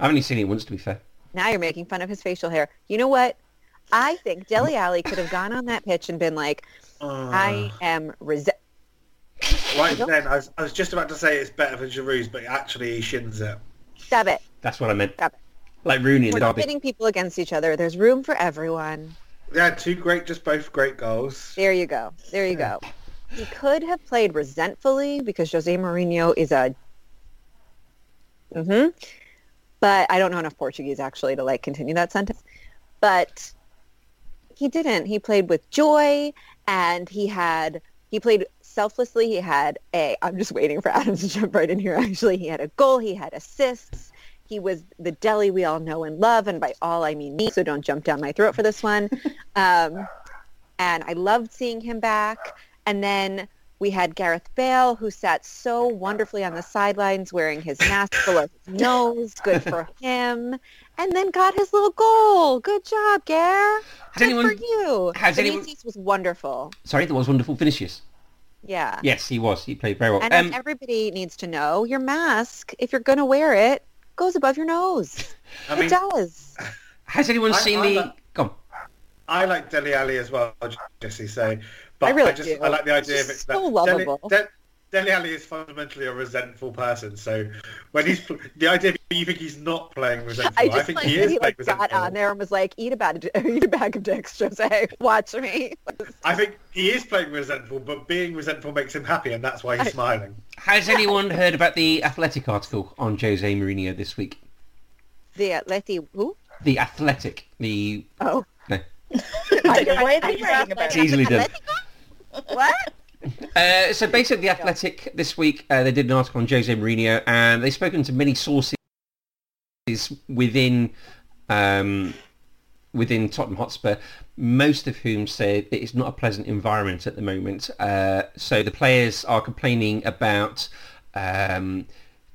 [SPEAKER 1] I've only seen it once, to be fair.
[SPEAKER 2] Now you're making fun of his facial hair. You know what? I think Deli Alley could have gone on that pitch and been like,
[SPEAKER 3] Uh,
[SPEAKER 2] I am resi-
[SPEAKER 3] right then, I was, I was just about to say it's better than Giroud's, but actually he shins it.
[SPEAKER 2] Stop it.
[SPEAKER 1] That's what I meant.
[SPEAKER 2] Stop it.
[SPEAKER 1] Like Rooney and
[SPEAKER 2] We're not
[SPEAKER 1] Derby.
[SPEAKER 2] pitting people against each other. There's room for everyone.
[SPEAKER 3] Yeah, two great, just both great goals.
[SPEAKER 2] There you go. There you go. He could have played resentfully because Jose Mourinho is a. hmm But I don't know enough Portuguese actually to like continue that sentence. But he didn't. He played with joy and he had he played selflessly. He had a I'm just waiting for Adam to jump right in here actually. He had a goal, he had assists. He was the deli we all know and love, and by all I mean me, so don't jump down my throat for this one. Um, and I loved seeing him back. And then we had Gareth Bale, who sat so wonderfully on the sidelines wearing his mask below his nose. Good for him. And then got his little goal. Good job, Gare.
[SPEAKER 1] Has
[SPEAKER 2] Good
[SPEAKER 1] anyone-
[SPEAKER 2] for you.
[SPEAKER 1] has anyone-
[SPEAKER 2] Vinicius was wonderful.
[SPEAKER 1] Sorry, that was wonderful finishes.
[SPEAKER 2] Yeah.
[SPEAKER 1] Yes, he was. He played very well.
[SPEAKER 2] And
[SPEAKER 1] Um,
[SPEAKER 2] as everybody needs to know, your mask, if you're going to wear it, goes above your nose.
[SPEAKER 3] I
[SPEAKER 2] it
[SPEAKER 3] mean,
[SPEAKER 2] does.
[SPEAKER 1] has anyone
[SPEAKER 3] I-
[SPEAKER 1] seen
[SPEAKER 3] I
[SPEAKER 1] the?
[SPEAKER 3] like-
[SPEAKER 1] Come.
[SPEAKER 3] I like Deli Alley as well, Jesse. So, but
[SPEAKER 2] I
[SPEAKER 3] I,
[SPEAKER 2] really
[SPEAKER 3] just
[SPEAKER 2] do.
[SPEAKER 3] I like the idea of it.
[SPEAKER 2] She's
[SPEAKER 3] that
[SPEAKER 2] so
[SPEAKER 3] Dele-
[SPEAKER 2] lovable.
[SPEAKER 3] De- Dele Alli is fundamentally a resentful person. So when he's pl- the idea of you think he's not playing resentful,
[SPEAKER 2] I
[SPEAKER 3] I,
[SPEAKER 2] just
[SPEAKER 3] think
[SPEAKER 2] like,
[SPEAKER 3] he is
[SPEAKER 2] he,
[SPEAKER 3] playing
[SPEAKER 2] like got
[SPEAKER 3] resentful.
[SPEAKER 2] on there and was like, "Eat a bag of, eat a bag of dicks, Jose. Watch me."
[SPEAKER 3] I think he is playing resentful, but being resentful makes him happy, and that's why he's smiling.
[SPEAKER 1] Has anyone heard about the Athletic article on Jose Mourinho this week?
[SPEAKER 2] The Atleti, who?
[SPEAKER 1] The Athletic, the
[SPEAKER 2] Oh,
[SPEAKER 1] no,
[SPEAKER 4] Why are they
[SPEAKER 2] I- I-
[SPEAKER 4] writing about
[SPEAKER 1] it's
[SPEAKER 4] it?
[SPEAKER 1] easily done.
[SPEAKER 2] what?
[SPEAKER 1] Uh, so basically, the Athletic this week uh, they did an article on Jose Mourinho, and they've spoken to many sources within um, within Tottenham Hotspur, most of whom say that it's not a pleasant environment at the moment. Uh, so the players are complaining about um,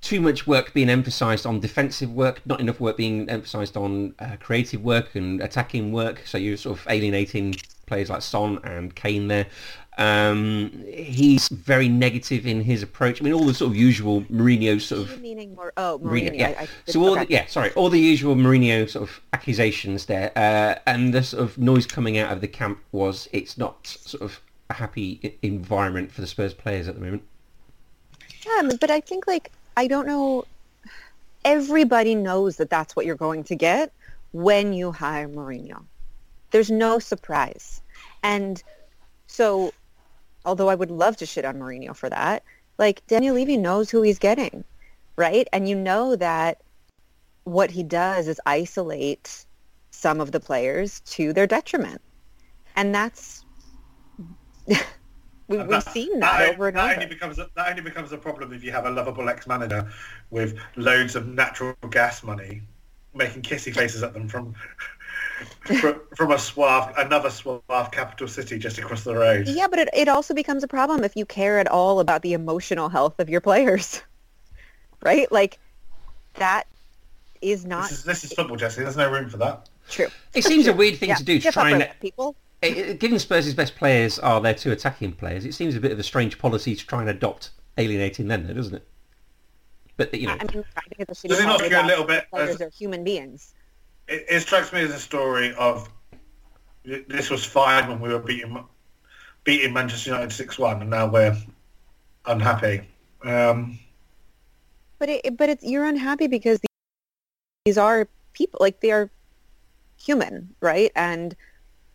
[SPEAKER 1] too much work being emphasised on defensive work, not enough work being emphasised on uh, creative work and attacking work. So you're sort of alienating players like Son and Kane there. Um, he's very negative in his approach. I mean, all the sort of usual Mourinho sort of
[SPEAKER 2] Meaning more? Oh, Mourinho.
[SPEAKER 1] Mourinho, yeah.
[SPEAKER 2] I, I,
[SPEAKER 1] so all
[SPEAKER 2] okay.
[SPEAKER 1] the, yeah, sorry, all the usual Mourinho sort of accusations there, uh, and the sort of noise coming out of the camp was it's not sort of a happy i- environment for the Spurs players at the moment.
[SPEAKER 2] Yeah, but I think like I don't know. Everybody knows that that's what you're going to get when you hire Mourinho. There's no surprise, and so although I would love to shit on Mourinho for that, like Daniel Levy knows who he's getting, right? And you know that what he does is isolate some of the players to their detriment, and that's we, we've seen that, over and
[SPEAKER 3] that
[SPEAKER 2] over.
[SPEAKER 3] Only becomes a, that only becomes a problem if you have a lovable ex-manager with loads of natural gas money, making kissy faces at them from from, from a suave, another suave capital city just across the road.
[SPEAKER 2] Yeah, but it, it also becomes a problem if you care at all about the emotional health of your players, right? Like that is not
[SPEAKER 3] This is this is football, Jesse. There's no room for that.
[SPEAKER 2] true.
[SPEAKER 1] It seems a weird thing
[SPEAKER 2] Yeah,
[SPEAKER 1] to do,
[SPEAKER 2] give up
[SPEAKER 1] trying
[SPEAKER 2] with it,
[SPEAKER 1] it- it-
[SPEAKER 2] people.
[SPEAKER 1] eh, given Spurs' best players are their two attacking players. It seems a bit of a strange policy to try and adopt alienating them, though, doesn't it? But you know,
[SPEAKER 2] I mean, I think it's a shitty
[SPEAKER 3] Does it not
[SPEAKER 2] holiday
[SPEAKER 3] feel a
[SPEAKER 2] that
[SPEAKER 3] little bit?
[SPEAKER 2] Players are human beings.
[SPEAKER 3] it, it strikes me as a story of this was fine when we were beating beating Manchester United six one, and now we're unhappy. Um,
[SPEAKER 2] But it, but it's you're unhappy because these are people, like they are human, right? And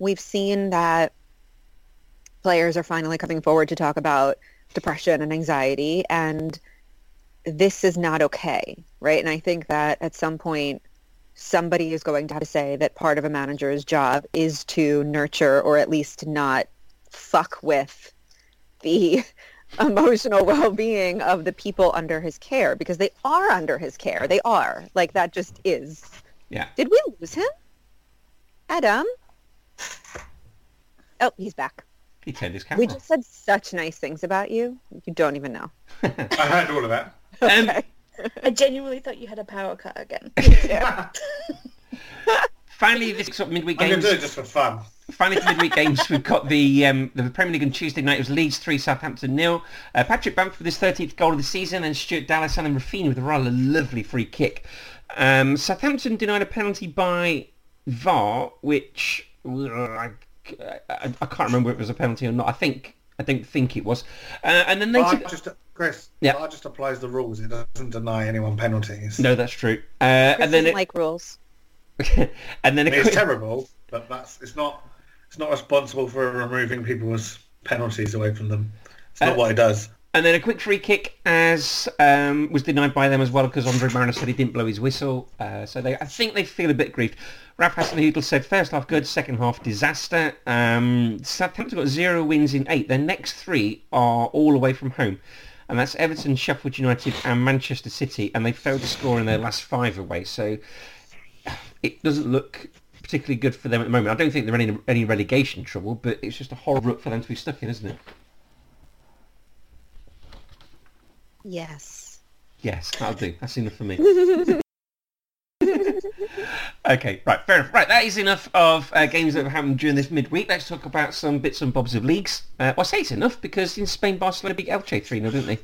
[SPEAKER 2] we've seen that players are finally coming forward to talk about depression and anxiety, and this is not okay, right? And I think that at some point somebody is going to have to say that part of a manager's job is to nurture or at least not fuck with the emotional well-being of the people under his care because they are under his care. They are. Like that just is.
[SPEAKER 1] yeah.
[SPEAKER 2] Did we lose him? Adam? Oh, he's back.
[SPEAKER 1] He turned his camera.
[SPEAKER 2] We just said such nice things about you. You don't even know.
[SPEAKER 3] I heard all of that.
[SPEAKER 1] um,
[SPEAKER 4] I genuinely thought you had a power cut again.
[SPEAKER 1] Finally, this sort of midweek
[SPEAKER 3] I'm going
[SPEAKER 1] games.
[SPEAKER 3] to do it just for fun.
[SPEAKER 1] Finally, for midweek games, we've got the um, the Premier League on Tuesday night. It was Leeds 3, Southampton nil. Uh, Patrick Bamford with his 13th goal of the season and Stuart Dallas and Rafinha with a rather lovely free kick. Um, Southampton denied a penalty by VAR, which uh, I, I, I can't remember if it was a penalty or not. I think I don't think it was. Uh, and then they
[SPEAKER 3] Bar
[SPEAKER 1] took-
[SPEAKER 3] just, Chris,
[SPEAKER 1] Yeah.
[SPEAKER 3] Bar just applies the rules. It doesn't deny anyone penalties.
[SPEAKER 1] no, that's true. Uh, and then it,
[SPEAKER 2] like rules.
[SPEAKER 1] and then a
[SPEAKER 3] I mean, it's
[SPEAKER 1] quick,
[SPEAKER 3] terrible, but that's it's not it's not responsible for removing people's penalties away from them. It's not
[SPEAKER 1] Uh,
[SPEAKER 3] what it does.
[SPEAKER 1] And then a quick free kick as um, was denied by them as well because Andre Mariner said he didn't blow his whistle. Uh, so they, I think they feel a bit grieved. Raf Hassanhoodle said first half good, second half disaster. Um, Southampton got zero wins in eight. Their next three are all away from home. And that's Everton, Sheffield United and Manchester City. And they failed to score in their last five away. So it doesn't look particularly good for them at the moment. I don't think they're in any, any relegation trouble, but it's just a horrible look for them to be stuck in, isn't it?
[SPEAKER 2] Yes.
[SPEAKER 1] Yes, that'll do. That's enough for me. okay, right, fair enough. Right, that is enough of uh, games that have happened during this midweek. Let's talk about some bits and bobs of leagues. Uh, well, I say it's enough because in Spain, Barcelona beat Elche 3-0, didn't they?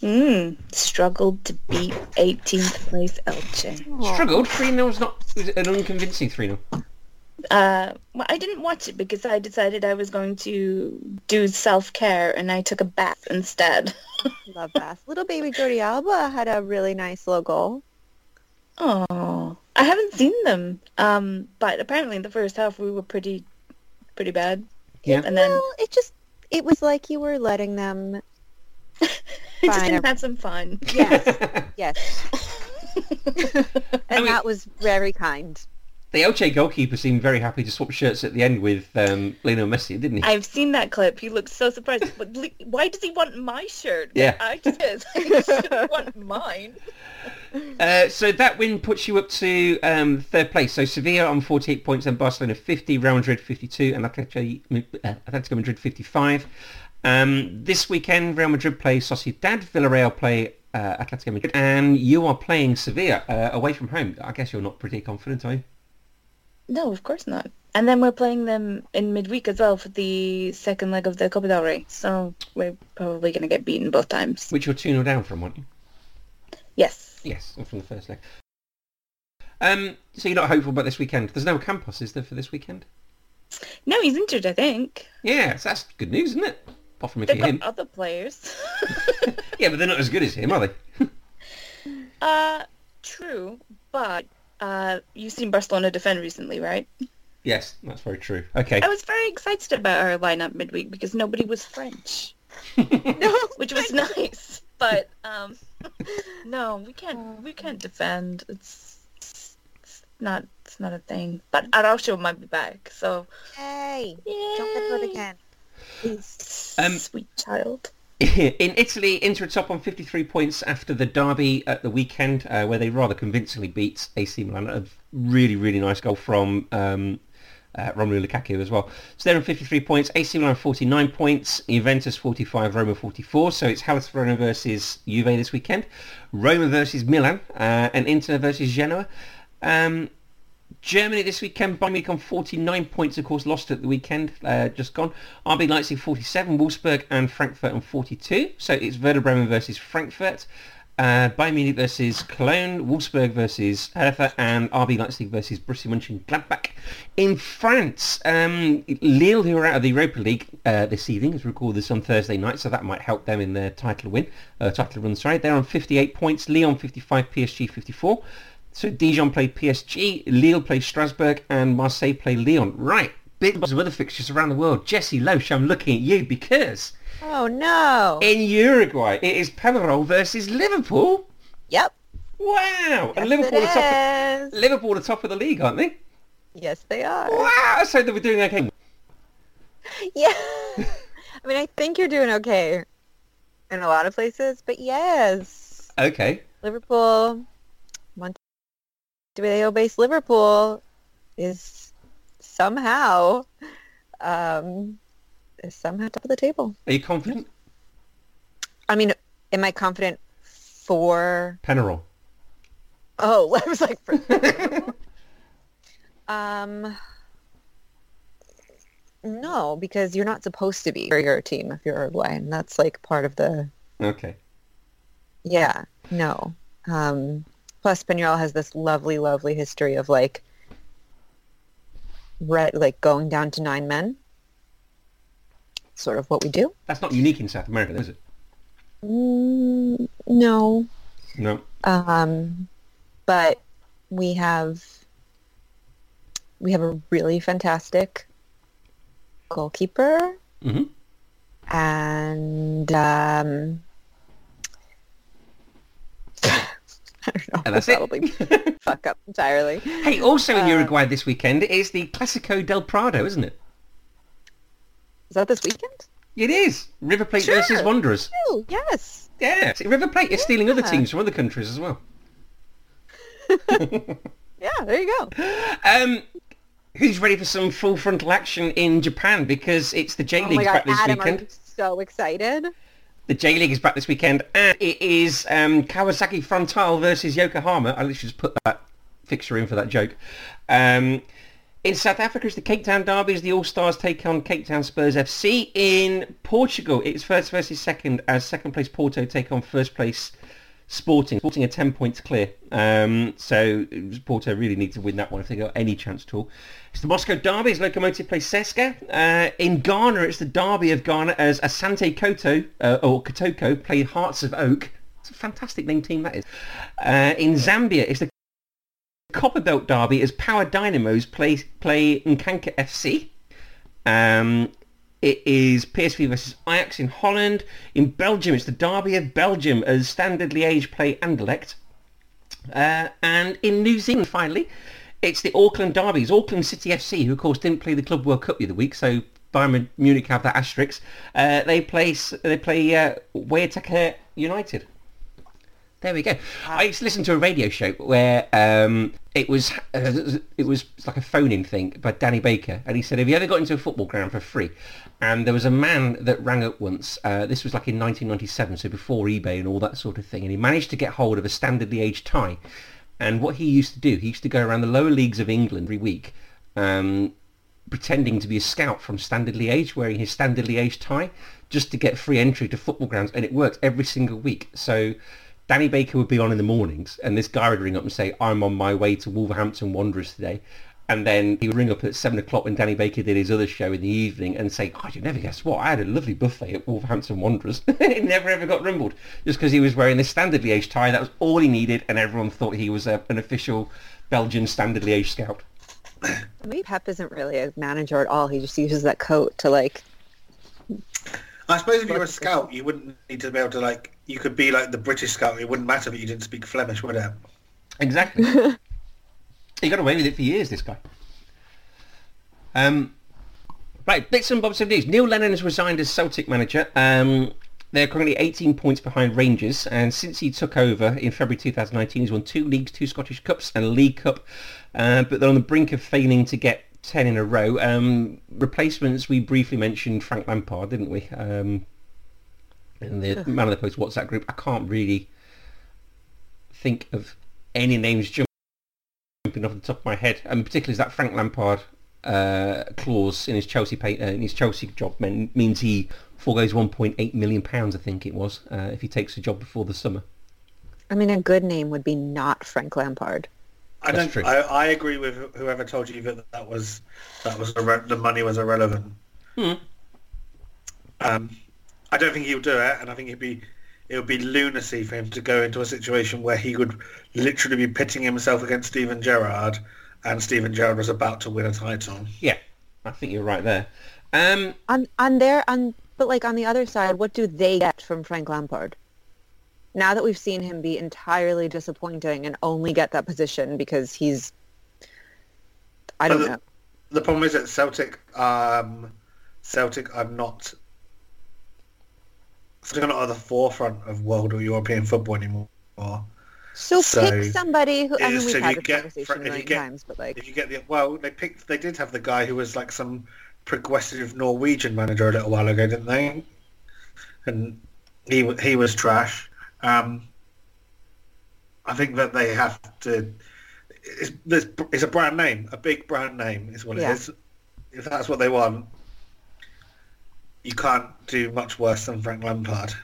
[SPEAKER 4] Mm, struggled to beat 18th place Elche.
[SPEAKER 1] Struggled. 3-0 was not was an unconvincing 3-0.
[SPEAKER 4] Uh, well, I didn't watch it because I decided I was going to do self-care and I took a bath instead.
[SPEAKER 2] Love bath. Little baby Jordi Alba had a really nice little goal.
[SPEAKER 4] Oh, I haven't seen them. Um, but apparently in the first half we were pretty, pretty bad.
[SPEAKER 1] Yeah.
[SPEAKER 4] And then
[SPEAKER 2] well, it just it was like you were letting them
[SPEAKER 4] we just
[SPEAKER 2] fine,
[SPEAKER 4] didn't
[SPEAKER 2] I-
[SPEAKER 4] have some fun.
[SPEAKER 2] Yes. yes.
[SPEAKER 1] I
[SPEAKER 2] And
[SPEAKER 1] mean-
[SPEAKER 2] that was very kind.
[SPEAKER 1] The Elche goalkeeper seemed very happy to swap shirts at the end with um, Lionel Messi, didn't he?
[SPEAKER 4] I've seen that clip. He looks so surprised. But le- why does he want my shirt?
[SPEAKER 1] Yeah.
[SPEAKER 4] I just he shouldn't want mine.
[SPEAKER 1] Uh, so that win puts you up to um, third place. So Sevilla on 48 points, then Barcelona 50, Real Madrid 52, and Atletico uh, Atletico Madrid 55. Um, this weekend, Real Madrid play Sociedad, Villarreal play uh, Atletico Madrid, and you are playing Sevilla uh, away from home. I guess you're not pretty confident, are you?
[SPEAKER 4] No, of course not. And then we're playing them in midweek as well for the second leg of the Copa del Rey. So we're probably going to get beaten both times.
[SPEAKER 1] Which you're 2-0 down from, weren't you?
[SPEAKER 4] Yes.
[SPEAKER 1] Yes, from the first leg. Um, so you're not hopeful about this weekend. There's no Campos, is there, for this weekend?
[SPEAKER 4] No, he's injured, I think.
[SPEAKER 1] Yeah, so that's good news, isn't it? Apart from if
[SPEAKER 4] They've
[SPEAKER 1] you're
[SPEAKER 4] got
[SPEAKER 1] him.
[SPEAKER 4] other players.
[SPEAKER 1] Yeah, but they're not as good as him, are they?
[SPEAKER 4] uh, true, but uh, you've seen Barcelona defend recently, right?
[SPEAKER 1] Yes, that's very true. Okay.
[SPEAKER 4] I was very excited about our lineup midweek because nobody was French, which was nice. But um, no, we can't. We can't defend. It's, it's it's not. It's not a thing. But Araujo might be back. So
[SPEAKER 2] Yay. Don't get hurt
[SPEAKER 4] Yay.
[SPEAKER 2] again.
[SPEAKER 1] Um,
[SPEAKER 4] sweet child.
[SPEAKER 1] In Italy, Inter are top on 53 points after the derby at the weekend, uh, where they rather convincingly beat AC Milan. A really, really nice goal from um, uh, Romelu Lukaku as well. So they're on 53 points. AC Milan 49 points. Juventus 45. Roma 44. So it's Hellas Verona versus Juve this weekend. Roma versus Milan, uh, and Inter versus Genoa. Um, Germany this weekend, Bayern Munich on 49 points, of course, lost at the weekend, uh, just gone. RB Leipzig 47, Wolfsburg and Frankfurt on 42. So it's Werder Bremen versus Frankfurt, uh, Bayern Munich versus Cologne, Wolfsburg versus Hertha, and RB Leipzig versus Borussia Mönchengladbach. In France, um, Lille, who are out of the Europa League uh, this evening, as we record this on Thursday night, so that might help them in their title win, uh, title run, sorry. They're on 58 points, Lyon 55, PSG 54. So Dijon play PSG, Lille play Strasbourg, and Marseille play Lyon. Right, big lots of other fixtures around the world. Jesse Loesch, I'm looking at you because
[SPEAKER 2] Oh no.
[SPEAKER 1] in Uruguay it is Peñarol versus Liverpool.
[SPEAKER 2] Yep.
[SPEAKER 1] Wow, and
[SPEAKER 2] Yes,
[SPEAKER 1] Liverpool
[SPEAKER 2] it
[SPEAKER 1] are top.
[SPEAKER 2] is.
[SPEAKER 1] Of, Liverpool are top of the league, aren't they?
[SPEAKER 2] Yes, they are.
[SPEAKER 1] Wow, so they were doing okay.
[SPEAKER 2] Yeah. I mean, I think you're doing okay in a lot of places, but yes,
[SPEAKER 1] Okay,
[SPEAKER 2] Liverpool, Montevideo-based Liverpool, is somehow, um, is somehow top of the table.
[SPEAKER 1] are you confident?
[SPEAKER 2] I mean, am I confident for?
[SPEAKER 1] Peñarol.
[SPEAKER 2] Oh, I was like, for- Um, no, because you're not supposed to be for your team if you're Uruguayan. That's like part of the
[SPEAKER 1] Okay.
[SPEAKER 2] yeah. No. Um, plus, Peñarol has this lovely, lovely history of like re- like going down to nine men. Sort of what we do.
[SPEAKER 1] That's not unique in South America, is it?
[SPEAKER 2] Mm, no,
[SPEAKER 1] No.
[SPEAKER 2] um, but we have we have a really fantastic goalkeeper
[SPEAKER 1] hmm
[SPEAKER 2] and um, I don't know.
[SPEAKER 1] And that's it.
[SPEAKER 2] we'll probably fuck up entirely.
[SPEAKER 1] Hey, also in
[SPEAKER 2] Uh,
[SPEAKER 1] Uruguay this weekend is the Clásico del Prado, isn't it?
[SPEAKER 2] Is that this weekend?
[SPEAKER 1] It is. River Plate
[SPEAKER 2] Sure.
[SPEAKER 1] versus Wanderers.
[SPEAKER 2] Oh yes.
[SPEAKER 1] Yeah. See, River Plate is stealing other
[SPEAKER 2] Yeah.
[SPEAKER 1] teams from other countries as well.
[SPEAKER 2] Yeah, there you go.
[SPEAKER 1] Um, who's ready for some full frontal action in Japan? Because it's the J
[SPEAKER 2] Oh
[SPEAKER 1] League
[SPEAKER 2] my god,
[SPEAKER 1] back this
[SPEAKER 2] Adam,
[SPEAKER 1] weekend.
[SPEAKER 2] are you so excited?
[SPEAKER 1] The J League is back this weekend, and it is um, Kawasaki Frontale versus Yokohama. I literally just put that fixture in for that joke. Um, in South Africa, it's the Cape Town Derby as the All Stars take on Cape Town Spurs FC. In Portugal, it's first versus second as second place Porto take on first place Sporting. Sporting are 10 points clear. Um, so Porto really need to win that one if they got any chance at all. It's the Moscow Derby as Lokomotiv plays Seska. Uh, in Ghana, it's the Derby of Ghana as Asante Koto, uh, or Kotoko, play Hearts of Oak. It's a fantastic name team that is. Uh, in Zambia, it's the Copperbelt Derby as Power Dynamos play, play Nkanka FC. Um, it is PSV versus Ajax in Holland. In Belgium, it's the Derby of Belgium as Standard Liège play Anderlecht. Uh, and in New Zealand, finally, it's the Auckland Derbies. Auckland City FC, who of course didn't play the Club World Cup the other week, so Bayern Mun- Munich have that asterisk. Uh, they play s- they play uh, Waitakere United. There we go. I used to listen to a radio show where um, it was uh, it was like a phone-in thing by Danny Baker, and he said, "Have you ever got into a football ground for free?" And there was a man that rang up once. Uh, this was like in 1997, so before eBay and all that sort of thing. And he managed to get hold of a standard Liège tie. And what he used to do, he used to go around the lower leagues of England every week, um, pretending to be a scout from Standard Liège, wearing his Standard Liège tie, just to get free entry to football grounds, and it worked every single week. So Danny Baker would be on in the mornings, and this guy would ring up and say, "I'm on my way to Wolverhampton Wanderers today." And then he would ring up at seven o'clock when Danny Baker did his other show in the evening and say, "God, you never guess what? I had a lovely buffet at Wolverhampton Wanderers. it never ever got rumbled just because he was wearing this standard Liège tie. That was all he needed, and everyone thought he was a, an official Belgian standard Liège scout."
[SPEAKER 2] Maybe Pep isn't really a manager at all. He just uses that coat to like
[SPEAKER 3] I suppose if you were a scout, you wouldn't need to be able to like. You could be like the British scout. It wouldn't matter that you didn't speak Flemish, would it?
[SPEAKER 1] Exactly. he got away with it for years, this guy. Um, right, bits and bobs of news. Neil Lennon has resigned as Celtic manager. Um, they're currently 18 points behind Rangers, and since he took over in February 2019, he's won two leagues, two Scottish Cups, and a League Cup. Uh, but they're on the brink of failing to get 10 in a row. Um, replacements, we briefly mentioned Frank Lampard, didn't we? Um, in the Man of the Post WhatsApp group. I can't really think of any names jumping off the top of my head, and particularly is that Frank Lampard uh, clause in his Chelsea pay, uh, in his Chelsea job men, means he forgoes 1.8 million pounds, I think it was, uh, if he takes the job before the summer.
[SPEAKER 2] I mean, a good name would be not Frank Lampard.
[SPEAKER 3] I
[SPEAKER 1] That's true.
[SPEAKER 3] don't. I, I agree with whoever told you that that was that was irre- the money was irrelevant.
[SPEAKER 1] Hmm.
[SPEAKER 3] Um, I don't think he'll do it, and I think it'd be it would be lunacy for him to go into a situation where he would literally be pitting himself against Steven Gerrard, and Steven Gerrard was about to win a title.
[SPEAKER 1] Yeah, I think you're right there. Um,
[SPEAKER 2] On on their on, but like on the other side, what do they get from Frank Lampard? Now that we've seen him be entirely disappointing and only get that position because he's, I don't
[SPEAKER 3] But the-
[SPEAKER 2] know.
[SPEAKER 3] The problem is that Celtic, um, Celtic are not. Celtic are not at the forefront of world or European football anymore.
[SPEAKER 2] So,
[SPEAKER 3] so
[SPEAKER 2] pick somebody who. I
[SPEAKER 3] is-
[SPEAKER 2] mean, we've
[SPEAKER 3] so if
[SPEAKER 2] had
[SPEAKER 3] you
[SPEAKER 2] this
[SPEAKER 3] get
[SPEAKER 2] conversation
[SPEAKER 3] Fra-
[SPEAKER 2] a
[SPEAKER 3] if you
[SPEAKER 2] million
[SPEAKER 3] get-
[SPEAKER 2] times, but like,
[SPEAKER 3] If you get the well, they picked. They did have the guy who was like some progressive Norwegian manager a little while ago, didn't they? And he wa- he was trash. Um, I think that they have to. it's, it's, it's a brand name, a big brand name is what
[SPEAKER 2] Yeah.
[SPEAKER 3] it is. If that's what they want, you can't do much worse than Frank Lampard.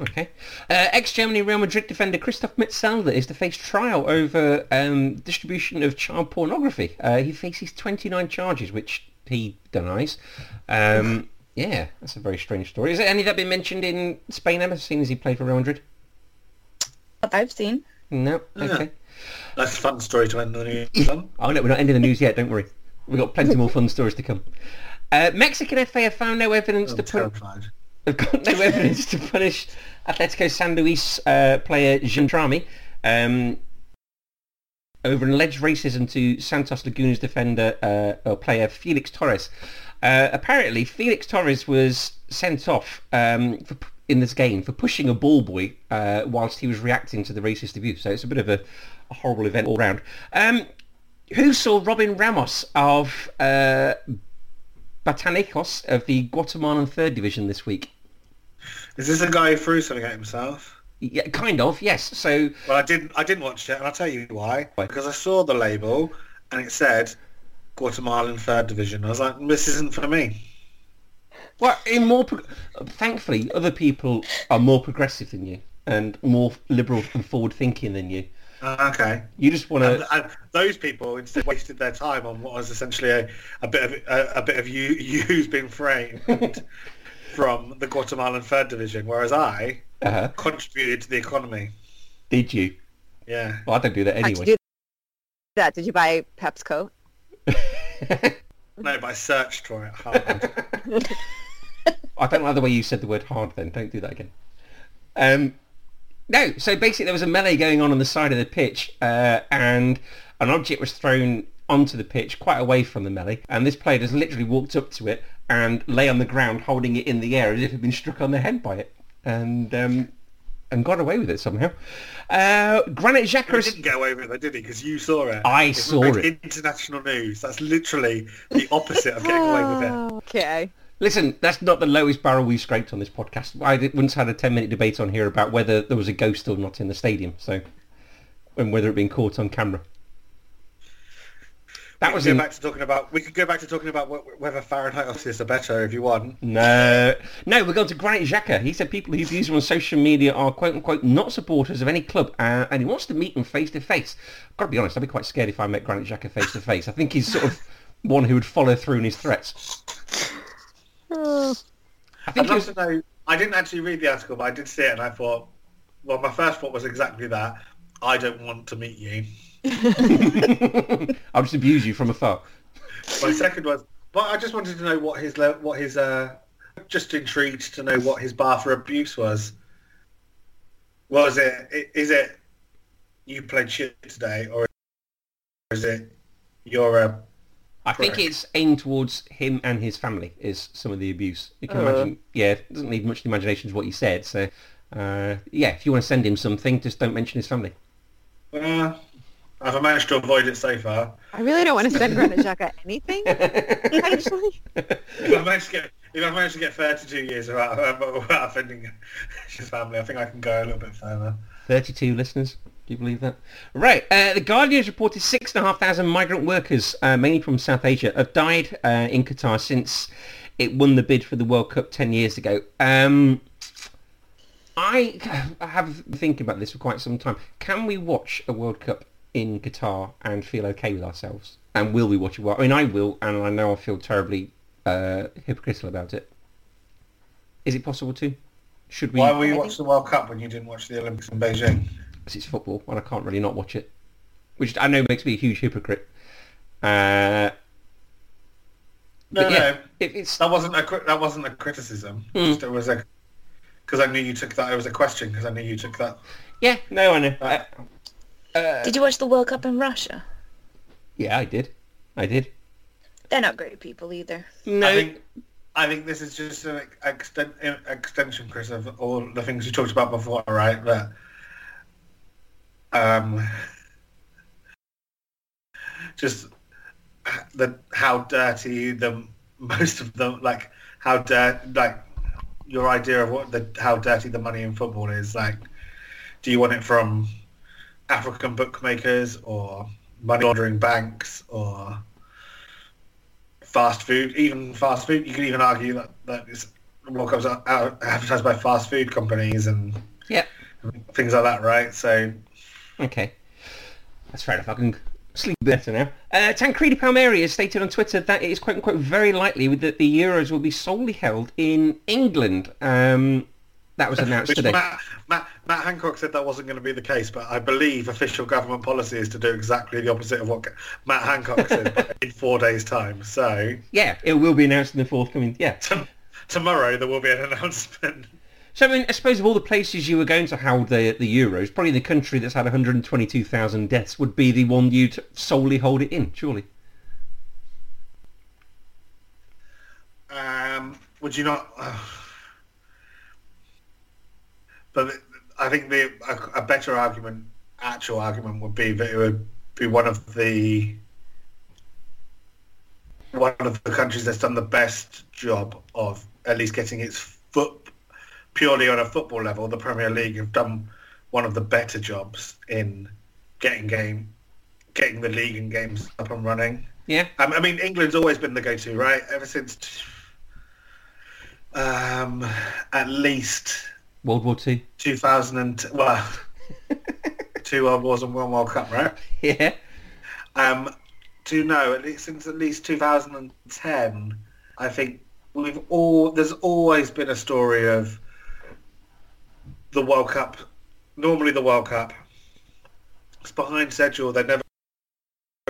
[SPEAKER 1] Okay. Uh, ex-Germany Real Madrid defender Christoph Metzelder is to face trial over um, distribution of child pornography. Uh, he faces 29 charges, which he denies. Um, yeah, that's a very strange story. Is there any that been mentioned in Spain, Emma, seeing as he played for Real Madrid?
[SPEAKER 4] What I've seen.
[SPEAKER 1] No? Okay.
[SPEAKER 3] That's a fun story to end the news on.
[SPEAKER 1] Oh, no, we're not ending the news yet, don't worry. We've got plenty more fun stories to come. Uh, Mexican FA have found no evidence
[SPEAKER 3] I'm
[SPEAKER 1] to put...
[SPEAKER 3] terrified.
[SPEAKER 1] They've got no evidence to punish Atletico San Luis uh, player Gentrami um, over an alleged racism to Santos Laguna's defender uh, or player Felix Torres. Uh, apparently, Felix Torres was sent off um, for, in this game for pushing a ball boy uh, whilst he was reacting to the racist abuse. So it's a bit of a, a horrible event all round. Um, who saw Robin Ramos of uh, Batanecos of the Guatemalan Third Division this week?
[SPEAKER 3] Is this a guy who threw something at himself?
[SPEAKER 1] Yeah, kind of. Yes. So
[SPEAKER 3] Well, I didn't. I didn't watch it, and I'll tell you why.
[SPEAKER 1] Why?
[SPEAKER 3] Because I saw the label, and it said Guatemalan Third Division. I was like, this isn't for me.
[SPEAKER 1] Well, in more, pro- thankfully, other people are more progressive than you and more liberal and forward-thinking than you.
[SPEAKER 3] Uh, okay.
[SPEAKER 1] You just want
[SPEAKER 3] And,
[SPEAKER 1] to.
[SPEAKER 3] and those people instead wasted their time on what was essentially a, a bit of a, a bit of you you's been framed from the Guatemalan Third Division, whereas I
[SPEAKER 1] Uh,
[SPEAKER 3] contributed to the economy.
[SPEAKER 1] did you?
[SPEAKER 3] Yeah.
[SPEAKER 1] Well, I don't do that
[SPEAKER 2] How'd you
[SPEAKER 1] anyway.
[SPEAKER 2] do that? Did you buy PepsiCo?
[SPEAKER 3] No, but I searched for it hard.
[SPEAKER 1] I don't like the way you said the word hard. Then don't do that again. Um, no. So basically, there was a melee going on on the side of the pitch, uh, and an object was thrown onto the pitch quite away from the melee, and this player just literally walked up to it and lay on the ground, holding it in the air as if he'd been struck on the head by it, and um, and got away with it somehow. Uh, Granite
[SPEAKER 3] he
[SPEAKER 1] Xhaka's
[SPEAKER 3] didn't get away with it, did he? Because you saw it.
[SPEAKER 1] I
[SPEAKER 3] If we
[SPEAKER 1] saw
[SPEAKER 3] read
[SPEAKER 1] it.
[SPEAKER 3] International news. That's literally the opposite of getting away with it.
[SPEAKER 2] Okay.
[SPEAKER 1] Listen, that's not the lowest barrel we've scraped on this podcast. I did- once had a 10-minute debate on here about whether there was a ghost or not in the stadium, so and whether it been caught on camera. That
[SPEAKER 3] We
[SPEAKER 1] was
[SPEAKER 3] could
[SPEAKER 1] in,
[SPEAKER 3] go back to talking about. We could go back to talking about wh- whether Fahrenheit or Celsius are better if you want.
[SPEAKER 1] no, no. We're going to Granite Xhaka. He said people whose views on social media are quote unquote not supporters of any club, uh, and he wants to meet them face to face. Got to be honest, I'd be quite scared if I met Granite Xhaka face to face. I think he's sort of one who would follow through in his threats. I think
[SPEAKER 3] I'd
[SPEAKER 1] he
[SPEAKER 3] love
[SPEAKER 1] was,
[SPEAKER 3] to know. I didn't actually read the article, but I did see it, and I thought, well, my first thought was exactly that. I don't want to meet you.
[SPEAKER 1] I'll just abuse you from afar.
[SPEAKER 3] My second was, but I just wanted to know what his le- what his uh, just intrigued to know what his bar for abuse was. Was it? i- Is it? You played shit today, or is it? You're a
[SPEAKER 1] I think
[SPEAKER 3] Correct.
[SPEAKER 1] it's aimed towards him and his family is some of the abuse. You can
[SPEAKER 2] Uh.
[SPEAKER 1] imagine, yeah, it doesn't need much imagination is what he said. So, uh, yeah, if you want to send him something, just don't mention his family.
[SPEAKER 3] Well, I've managed to avoid it so far.
[SPEAKER 2] I really don't want to send Granit Xhaka anything, actually.
[SPEAKER 3] If I've managed to get, if I've managed to get 32 years without, without offending his family, I think I can go a little bit further.
[SPEAKER 1] 32 listeners. Do you believe that? Right. Uh, the Guardian has reported 6,500 migrant workers, uh, mainly from South Asia, have died uh, in Qatar since it won the bid for the World Cup 10 years ago. Um, I have been thinking about this for quite some time. Can we watch a World Cup in Qatar and feel okay with ourselves? And will we watch it? Well, I mean, I will, and I know I feel terribly uh, hypocritical about it. Is it possible to? Should we?
[SPEAKER 3] Why will you watch the World Cup when you didn't watch the Olympics in Beijing?
[SPEAKER 1] because it's football and I can't really not watch it, which I know makes me a huge hypocrite. Uh,
[SPEAKER 3] No,
[SPEAKER 1] but yeah,
[SPEAKER 3] no,
[SPEAKER 1] if it's
[SPEAKER 3] that wasn't a cri- that wasn't a criticism. Just It was a because I knew you took that. It was a question because I knew you took that.
[SPEAKER 1] yeah, no, I know. Uh,
[SPEAKER 3] that-
[SPEAKER 4] Did you watch the World Cup in Russia?
[SPEAKER 1] yeah, I did, I did.
[SPEAKER 4] They're not great people either.
[SPEAKER 1] No,
[SPEAKER 3] I think I think this is just an extent, extension, Chris, of all the things you talked about before, right? That um, just the how dirty the most of them, like how dirt, like your idea of what the how dirty the money in football is. Like, do you want it from African bookmakers or money laundering banks or fast food, even fast food. You could even argue that that is World Cup's are are advertised by fast food companies and
[SPEAKER 1] Yeah.
[SPEAKER 3] things like that, right? So
[SPEAKER 1] Okay. That's fair enough. I can sleep better now. Uh, Tancredi Palmieri has stated on Twitter that it is quote unquote very likely that the Euros will be solely held in England. Um, that was announced
[SPEAKER 3] which
[SPEAKER 1] today.
[SPEAKER 3] Matt, Matt, Matt Hancock said that wasn't going to be the case, but I believe official government policy is to do exactly the opposite of what G- Matt Hancock said but in four days' time. So
[SPEAKER 1] Yeah, it will be announced in the forthcoming. Yeah.
[SPEAKER 3] t- tomorrow there will be an announcement.
[SPEAKER 1] So I mean, I suppose of all the places you were going to hold the the Euros, probably the country that's had 122,000 deaths would be the one you'd solely hold it in, surely.
[SPEAKER 3] Um, would you not? but I think the a, a better argument, actual argument, would be that it would be one of the one of the countries that's done the best job of at least getting its foot purely on a football level. The Premier League have done one of the better jobs in getting game, getting the league and games up and running.
[SPEAKER 1] Yeah.
[SPEAKER 3] Um, I mean, England's always been the go-to, right? Ever since, t- um, at least
[SPEAKER 1] World War Two.
[SPEAKER 3] 2000 and well, two World Wars and one World Cup, right?
[SPEAKER 1] Yeah.
[SPEAKER 3] Um, to know at least since at least 2010, I think we've all there's always been a story of the World Cup. Normally, the World Cup it's behind schedule. They're never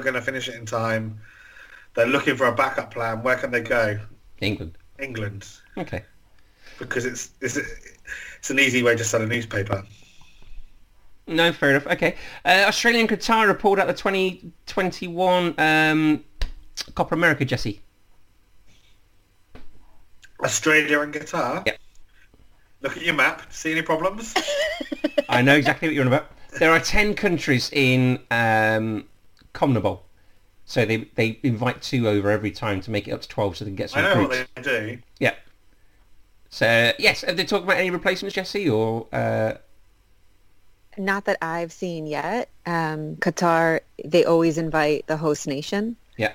[SPEAKER 3] going to finish it in time. They're looking for a backup plan. Where can they go?
[SPEAKER 1] England.
[SPEAKER 3] England,
[SPEAKER 1] Okay.
[SPEAKER 3] because it's it's it's an easy way to sell a newspaper.
[SPEAKER 1] No, fair enough. Okay. Uh, Australian Qatar report out the 2021 um, Copper America, Jesse.
[SPEAKER 3] Australia and Qatar.
[SPEAKER 1] Yep.
[SPEAKER 3] Look at your map. See any problems?
[SPEAKER 1] I know exactly what you're on about. There are 10 countries in um, CONMEBOL. So they, they invite two over every time to make it up to 12 so they can get some
[SPEAKER 3] I know what
[SPEAKER 1] groups.
[SPEAKER 3] they do.
[SPEAKER 1] Yeah. So, yes, have they talked about any replacements, Jesse, or... Uh,
[SPEAKER 2] Not that I've seen yet. Um, Qatar, they always invite the host nation.
[SPEAKER 1] yeah.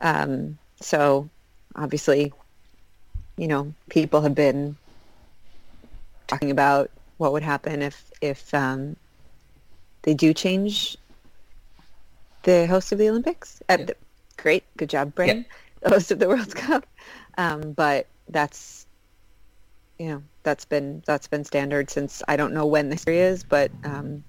[SPEAKER 2] Um, so obviously, you know, people have been talking about what would happen if if um, they do change the host of the Olympics. Uh,
[SPEAKER 1] Yeah.
[SPEAKER 2] th- great, good job, Britain, the host of the World Cup. Um, but that's you know that's been that's been standard since I don't know when this year is, but um,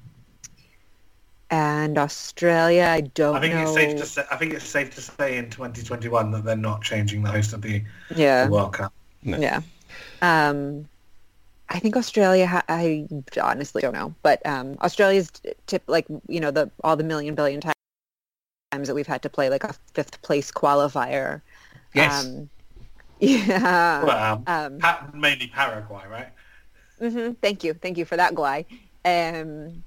[SPEAKER 2] and Australia, I don't
[SPEAKER 3] I think
[SPEAKER 2] know.
[SPEAKER 3] it's safe to say. I think it's safe to say in 2021 that they're not changing the host of the,
[SPEAKER 2] yeah.
[SPEAKER 3] the World Cup.
[SPEAKER 2] Yeah. Um, I think Australia. Ha- I honestly don't know, but um, Australia's tip like you know the all the million billion ti- times that we've had to play like a fifth place qualifier.
[SPEAKER 1] Yes.
[SPEAKER 2] Um, yeah.
[SPEAKER 3] Well, um,
[SPEAKER 2] um,
[SPEAKER 3] pa- mainly Paraguay, right?
[SPEAKER 2] hmm Thank you, thank you for that, Guy. Um,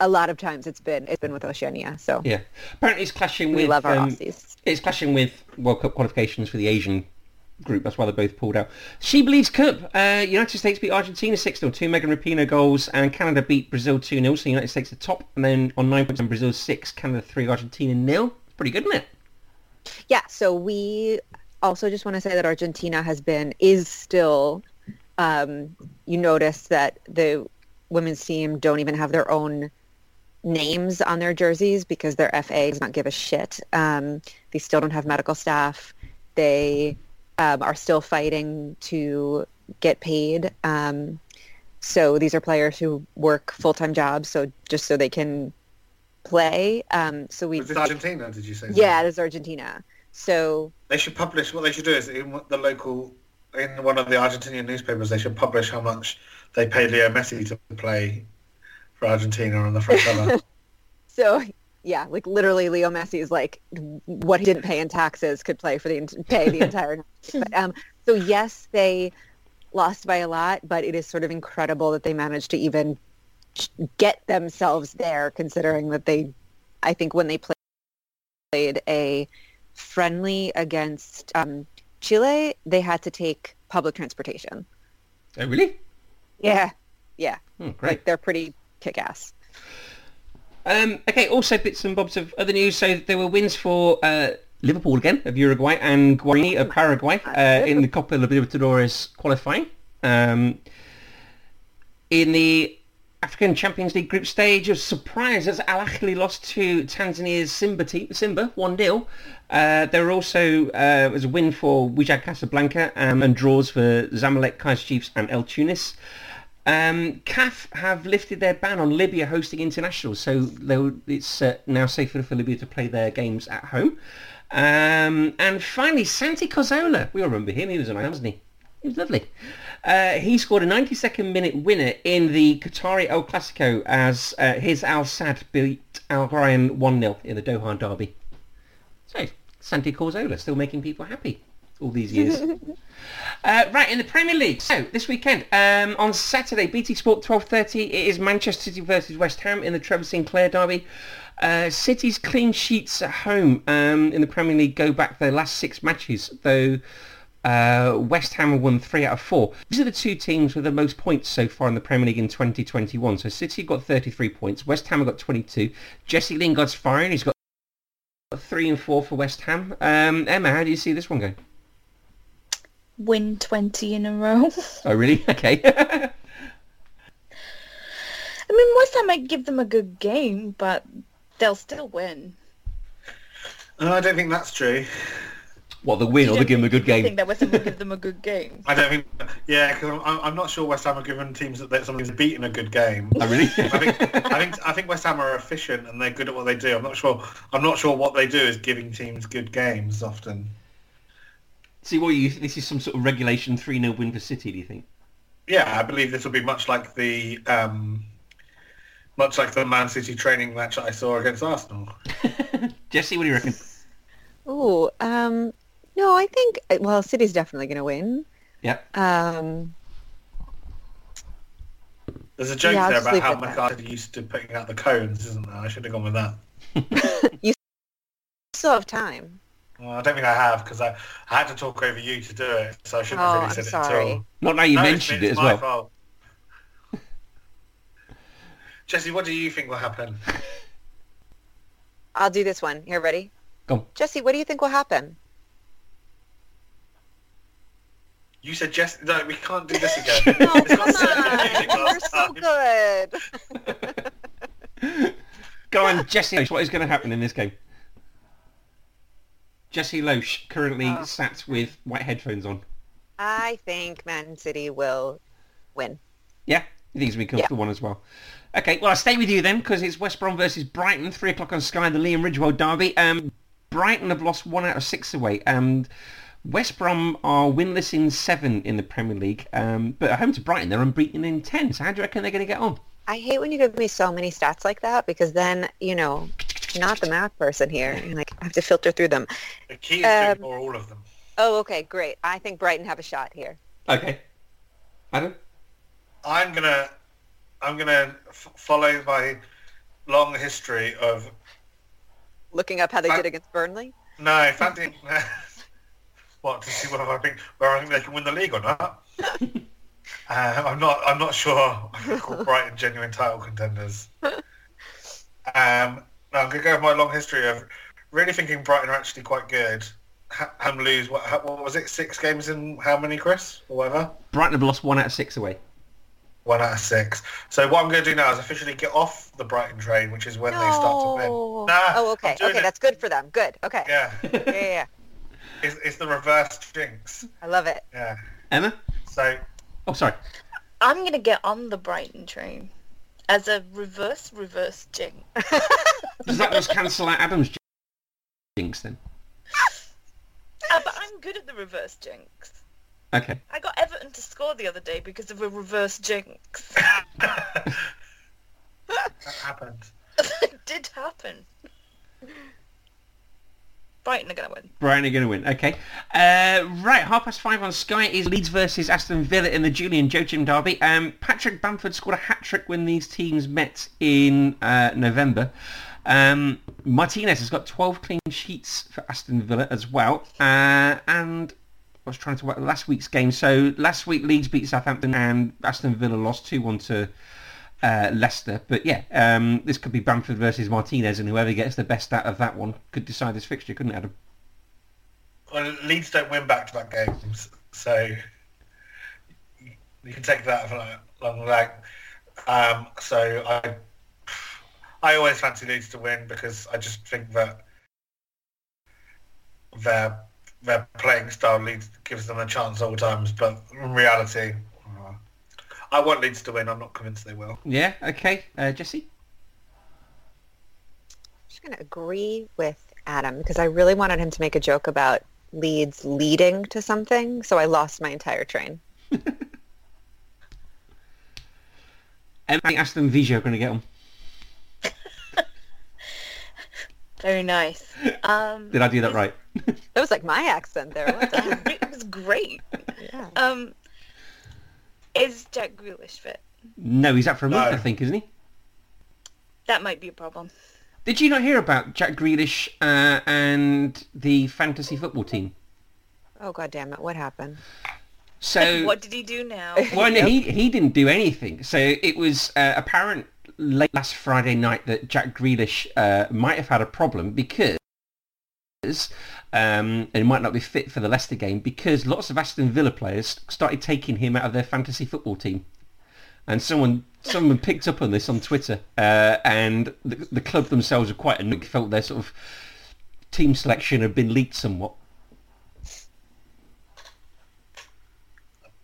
[SPEAKER 2] a lot of times it's been it's been with Oceania, so
[SPEAKER 1] yeah. Apparently it's clashing
[SPEAKER 2] we
[SPEAKER 1] with...
[SPEAKER 2] love our
[SPEAKER 1] um,
[SPEAKER 2] Aussies.
[SPEAKER 1] It's clashing with World Cup qualifications for the Asian group. That's why they both pulled out. She believes Cup. Uh, United States beat Argentina 6-0. Two Megan Rapinoe goals. And Canada beat Brazil 2-0. So United States are top. And then on 9 points, and Brazil 6, Canada 3, Argentina nil. It's pretty good, isn't it?
[SPEAKER 2] Yeah, so we also just want to say that Argentina has been is still um, you notice that the women's team don't even have their own names on their jerseys because their FA does not give a shit. Um, they still don't have medical staff. They um, are still fighting to get paid. Um, so these are players who work full-time jobs, so just so they can play. Um, so we,
[SPEAKER 3] Was this Argentina? Did you say?
[SPEAKER 2] yeah, this is Argentina. So
[SPEAKER 3] They should publish. What they should do is in the local, in one of the Argentinian newspapers, they should publish how much they paid Leo Messi to play for Argentina on the front cover.
[SPEAKER 2] So yeah, like literally, Leo Messi is like what he didn't pay in taxes could play for the en- pay the entire. but, um, so yes, they lost by a lot, but it is sort of incredible that they managed to even get themselves there, considering that they, I think, when they played, played a friendly against um, Chile, they had to take public transportation.
[SPEAKER 1] Oh, really?
[SPEAKER 2] Yeah, yeah,
[SPEAKER 1] Hmm, great.
[SPEAKER 2] like they're pretty kick-ass.
[SPEAKER 1] Um, okay, also bits and bobs of other news. So there were wins for uh, Liverpool again of Uruguay and Guarini of Paraguay uh, in the Copa Libertadores qualifying. Um, in the African Champions League group stage, a surprise as Al Ahly lost to Tanzania's Simba team, Simba one 0 uh, There were also uh, was a win for Wydad Casablanca um, and draws for Zamalek, Kaiser Chiefs, and El Tunis. Um, CAF have lifted their ban on Libya hosting internationals, so they will- it's uh, now safer for Libya to play their games at home. Um, and finally, Santi Cazorla. We all remember him. He was a man, wasn't he? He was lovely. Uh, he scored a 92nd minute winner in the Qatari El Clasico as uh, his Al Sad beat Al Ryan 1-0 in the Doha derby. So, Santi Cazorla still making people happy all these years. Uh, right, in the Premier League. So, this weekend, um, on Saturday, BT Sport 12.30, it is Manchester City versus West Ham in the Trevor Sinclair derby. Uh, City's clean sheets at home um, in the Premier League go back their last six matches, though uh, West Ham have won three out of four. These are the two teams with the most points so far in the Premier League in 2021. So City have got 33 points, West Ham have got 22. Jesse Lingard's firing, he's got three and four for West Ham. Um, Emma, how do you see this one going?
[SPEAKER 4] Win 20 in a row.
[SPEAKER 1] Oh, really? Okay.
[SPEAKER 4] I mean, West Ham might give them a good game, but they'll still win.
[SPEAKER 3] And I don't think that's true.
[SPEAKER 1] What the win or the give them a good
[SPEAKER 4] I think
[SPEAKER 1] game?
[SPEAKER 4] that West Ham will give them a good game.
[SPEAKER 3] I don't think. Yeah, because I'm, I'm not sure West Ham are given teams that, that somebody's beaten a good game.
[SPEAKER 1] Oh, really?
[SPEAKER 3] I think I think I think West Ham are efficient and they're good at what they do. I'm not sure. I'm not sure what they do is giving teams good games often.
[SPEAKER 1] See, what you this is some sort of regulation three 0 win for City? Do you think?
[SPEAKER 3] Yeah, I believe this will be much like the um, much like the Man City training match I saw against Arsenal.
[SPEAKER 1] Jesse, what do you reckon?
[SPEAKER 2] Ooh, um, no, I think uh, well, City's definitely going to win.
[SPEAKER 1] Yeah.
[SPEAKER 2] Um,
[SPEAKER 3] There's a joke
[SPEAKER 2] Yeah, I'll
[SPEAKER 3] there
[SPEAKER 2] just
[SPEAKER 3] about
[SPEAKER 2] leave
[SPEAKER 3] how
[SPEAKER 2] it there.
[SPEAKER 3] McCarthy used to putting out the cones, isn't there? I should have gone with that.
[SPEAKER 2] still have time.
[SPEAKER 3] Well, I don't think I have because I, I had to talk over you to do it, so I shouldn't
[SPEAKER 2] Oh,
[SPEAKER 3] have really
[SPEAKER 2] I'm
[SPEAKER 3] said it
[SPEAKER 2] sorry.
[SPEAKER 3] at all.
[SPEAKER 1] Not now you
[SPEAKER 3] No, it's-
[SPEAKER 1] mentioned
[SPEAKER 3] it's
[SPEAKER 1] it as
[SPEAKER 3] my
[SPEAKER 1] well.
[SPEAKER 3] fault. Jesse, what do you think will happen?
[SPEAKER 2] I'll do this one. Here, ready?
[SPEAKER 1] Go on.
[SPEAKER 2] Jesse, what do you think will happen?
[SPEAKER 3] You said Jesse. No, we can't do this again.
[SPEAKER 2] No,
[SPEAKER 3] It's
[SPEAKER 2] come
[SPEAKER 3] got so
[SPEAKER 2] on.
[SPEAKER 3] confusing
[SPEAKER 2] We're
[SPEAKER 3] last
[SPEAKER 2] so
[SPEAKER 3] time.
[SPEAKER 2] good.
[SPEAKER 1] Go on, Jesse. Loesch, What is going to happen in this game? Jesse Loesch currently
[SPEAKER 4] Uh.
[SPEAKER 2] Oh.
[SPEAKER 1] sat with white headphones on.
[SPEAKER 2] I think Man City will win.
[SPEAKER 1] Yeah, he thinks we
[SPEAKER 2] Yeah.
[SPEAKER 1] the one as well. Okay, well, I'll stay with you then because it's West Brom versus Brighton, 3 o'clock on Sky, the Liam Ridgewell derby. Um, Brighton have lost one out of six away, and West Brom are winless in seven in the Premier League, um, but at home to Brighton, they're unbeaten in ten. So how do you reckon they're going to get on?
[SPEAKER 2] I hate when you give me so many stats like that because then, you know, not the math person here. And like I have to filter through them.
[SPEAKER 3] The key is to
[SPEAKER 2] Um,
[SPEAKER 3] ignore all of them.
[SPEAKER 2] Oh, okay, great. I think Brighton have a shot here.
[SPEAKER 1] Okay. Adam?
[SPEAKER 3] I'm gonna, I'm gonna f- follow my long history of
[SPEAKER 2] Looking up how they
[SPEAKER 3] I-
[SPEAKER 2] did against Burnley.
[SPEAKER 3] no fancy. what to see whether I think whether I think they can win the league or not. uh, I'm not. I'm not sure. I can call Brighton genuine title contenders. Um, no, I'm gonna go with my long history of really thinking Brighton are actually quite good. Ha- Ham lose what, ha- what was it? Six games in how many, Chris, or whatever.
[SPEAKER 1] Brighton have lost one out of six away.
[SPEAKER 3] One out of six. So what I'm going to do now is officially get off the Brighton train, which is when they start to win.
[SPEAKER 2] No.
[SPEAKER 3] Nah,
[SPEAKER 2] oh,
[SPEAKER 3] I'm
[SPEAKER 2] okay.
[SPEAKER 3] doing
[SPEAKER 2] Okay,
[SPEAKER 3] it.
[SPEAKER 2] that's good for them. Good. Okay. Yeah,
[SPEAKER 3] Yeah,
[SPEAKER 2] yeah, yeah.
[SPEAKER 3] it's, it's the reverse jinx.
[SPEAKER 2] I love it.
[SPEAKER 3] Yeah.
[SPEAKER 1] Emma?
[SPEAKER 3] So
[SPEAKER 1] Oh, sorry.
[SPEAKER 4] I'm going to get on the Brighton train as a reverse, reverse jinx.
[SPEAKER 1] Does that just cancel out Adam's jinx then?
[SPEAKER 4] Ah, but I'm good at the reverse jinx.
[SPEAKER 1] Okay.
[SPEAKER 4] I got Everton to score the other day because of a reverse jinx.
[SPEAKER 3] that happened.
[SPEAKER 4] it did happen. Brighton are going to win.
[SPEAKER 1] Brighton are going to win. Okay. Uh, right, half past five on Sky is Leeds versus Aston Villa in the Julian Joachim derby. Um, Patrick Bamford scored a hat-trick when these teams met in uh, November. Um, Martinez has got 12 clean sheets for Aston Villa as well. Uh, and I was trying to work last week's game. So last week Leeds beat Southampton and Aston Villa lost 2-1 to uh, Leicester. But yeah, um, this could be Bamford versus Martinez, and whoever gets the best out of that one could decide this fixture, couldn't it, Adam?
[SPEAKER 3] Well, Leeds don't win back-to-back games, so you can take that for like, long leg. Um, so I, I always fancy Leeds to win because I just think that their their playing style leads, gives them a chance all times. But in reality, uh, I want Leeds to win. I'm not convinced they will.
[SPEAKER 1] Yeah, okay. Uh, Jesse?
[SPEAKER 2] just going to agree with Adam because I really wanted him to make a joke about leads leading to something, so I lost my entire train.
[SPEAKER 1] Um, I think Aston Villa are going to get on.
[SPEAKER 4] Very nice. Um,
[SPEAKER 1] Did I do that right?
[SPEAKER 2] That was like my accent there. Well done.
[SPEAKER 4] it was great.
[SPEAKER 2] yeah.
[SPEAKER 4] Um, is Jack Grealish fit?
[SPEAKER 1] No, he's out for a month,
[SPEAKER 3] No.
[SPEAKER 1] I think, isn't he?
[SPEAKER 4] That might be a problem.
[SPEAKER 1] Did you not hear about Jack Grealish uh, and the fantasy football team?
[SPEAKER 2] Oh god damn it! What happened?
[SPEAKER 1] So
[SPEAKER 4] what did he do now?
[SPEAKER 1] Well, no, he, he didn't do anything. So it was uh, apparent late last Friday night that Jack Grealish uh, might have had a problem because, um, and he might not be fit for the Leicester game because lots of Aston Villa players started taking him out of their fantasy football team. And someone someone picked up on this on Twitter, uh, and the, the club themselves are quite annoyed. Felt their sort of team selection had been leaked somewhat.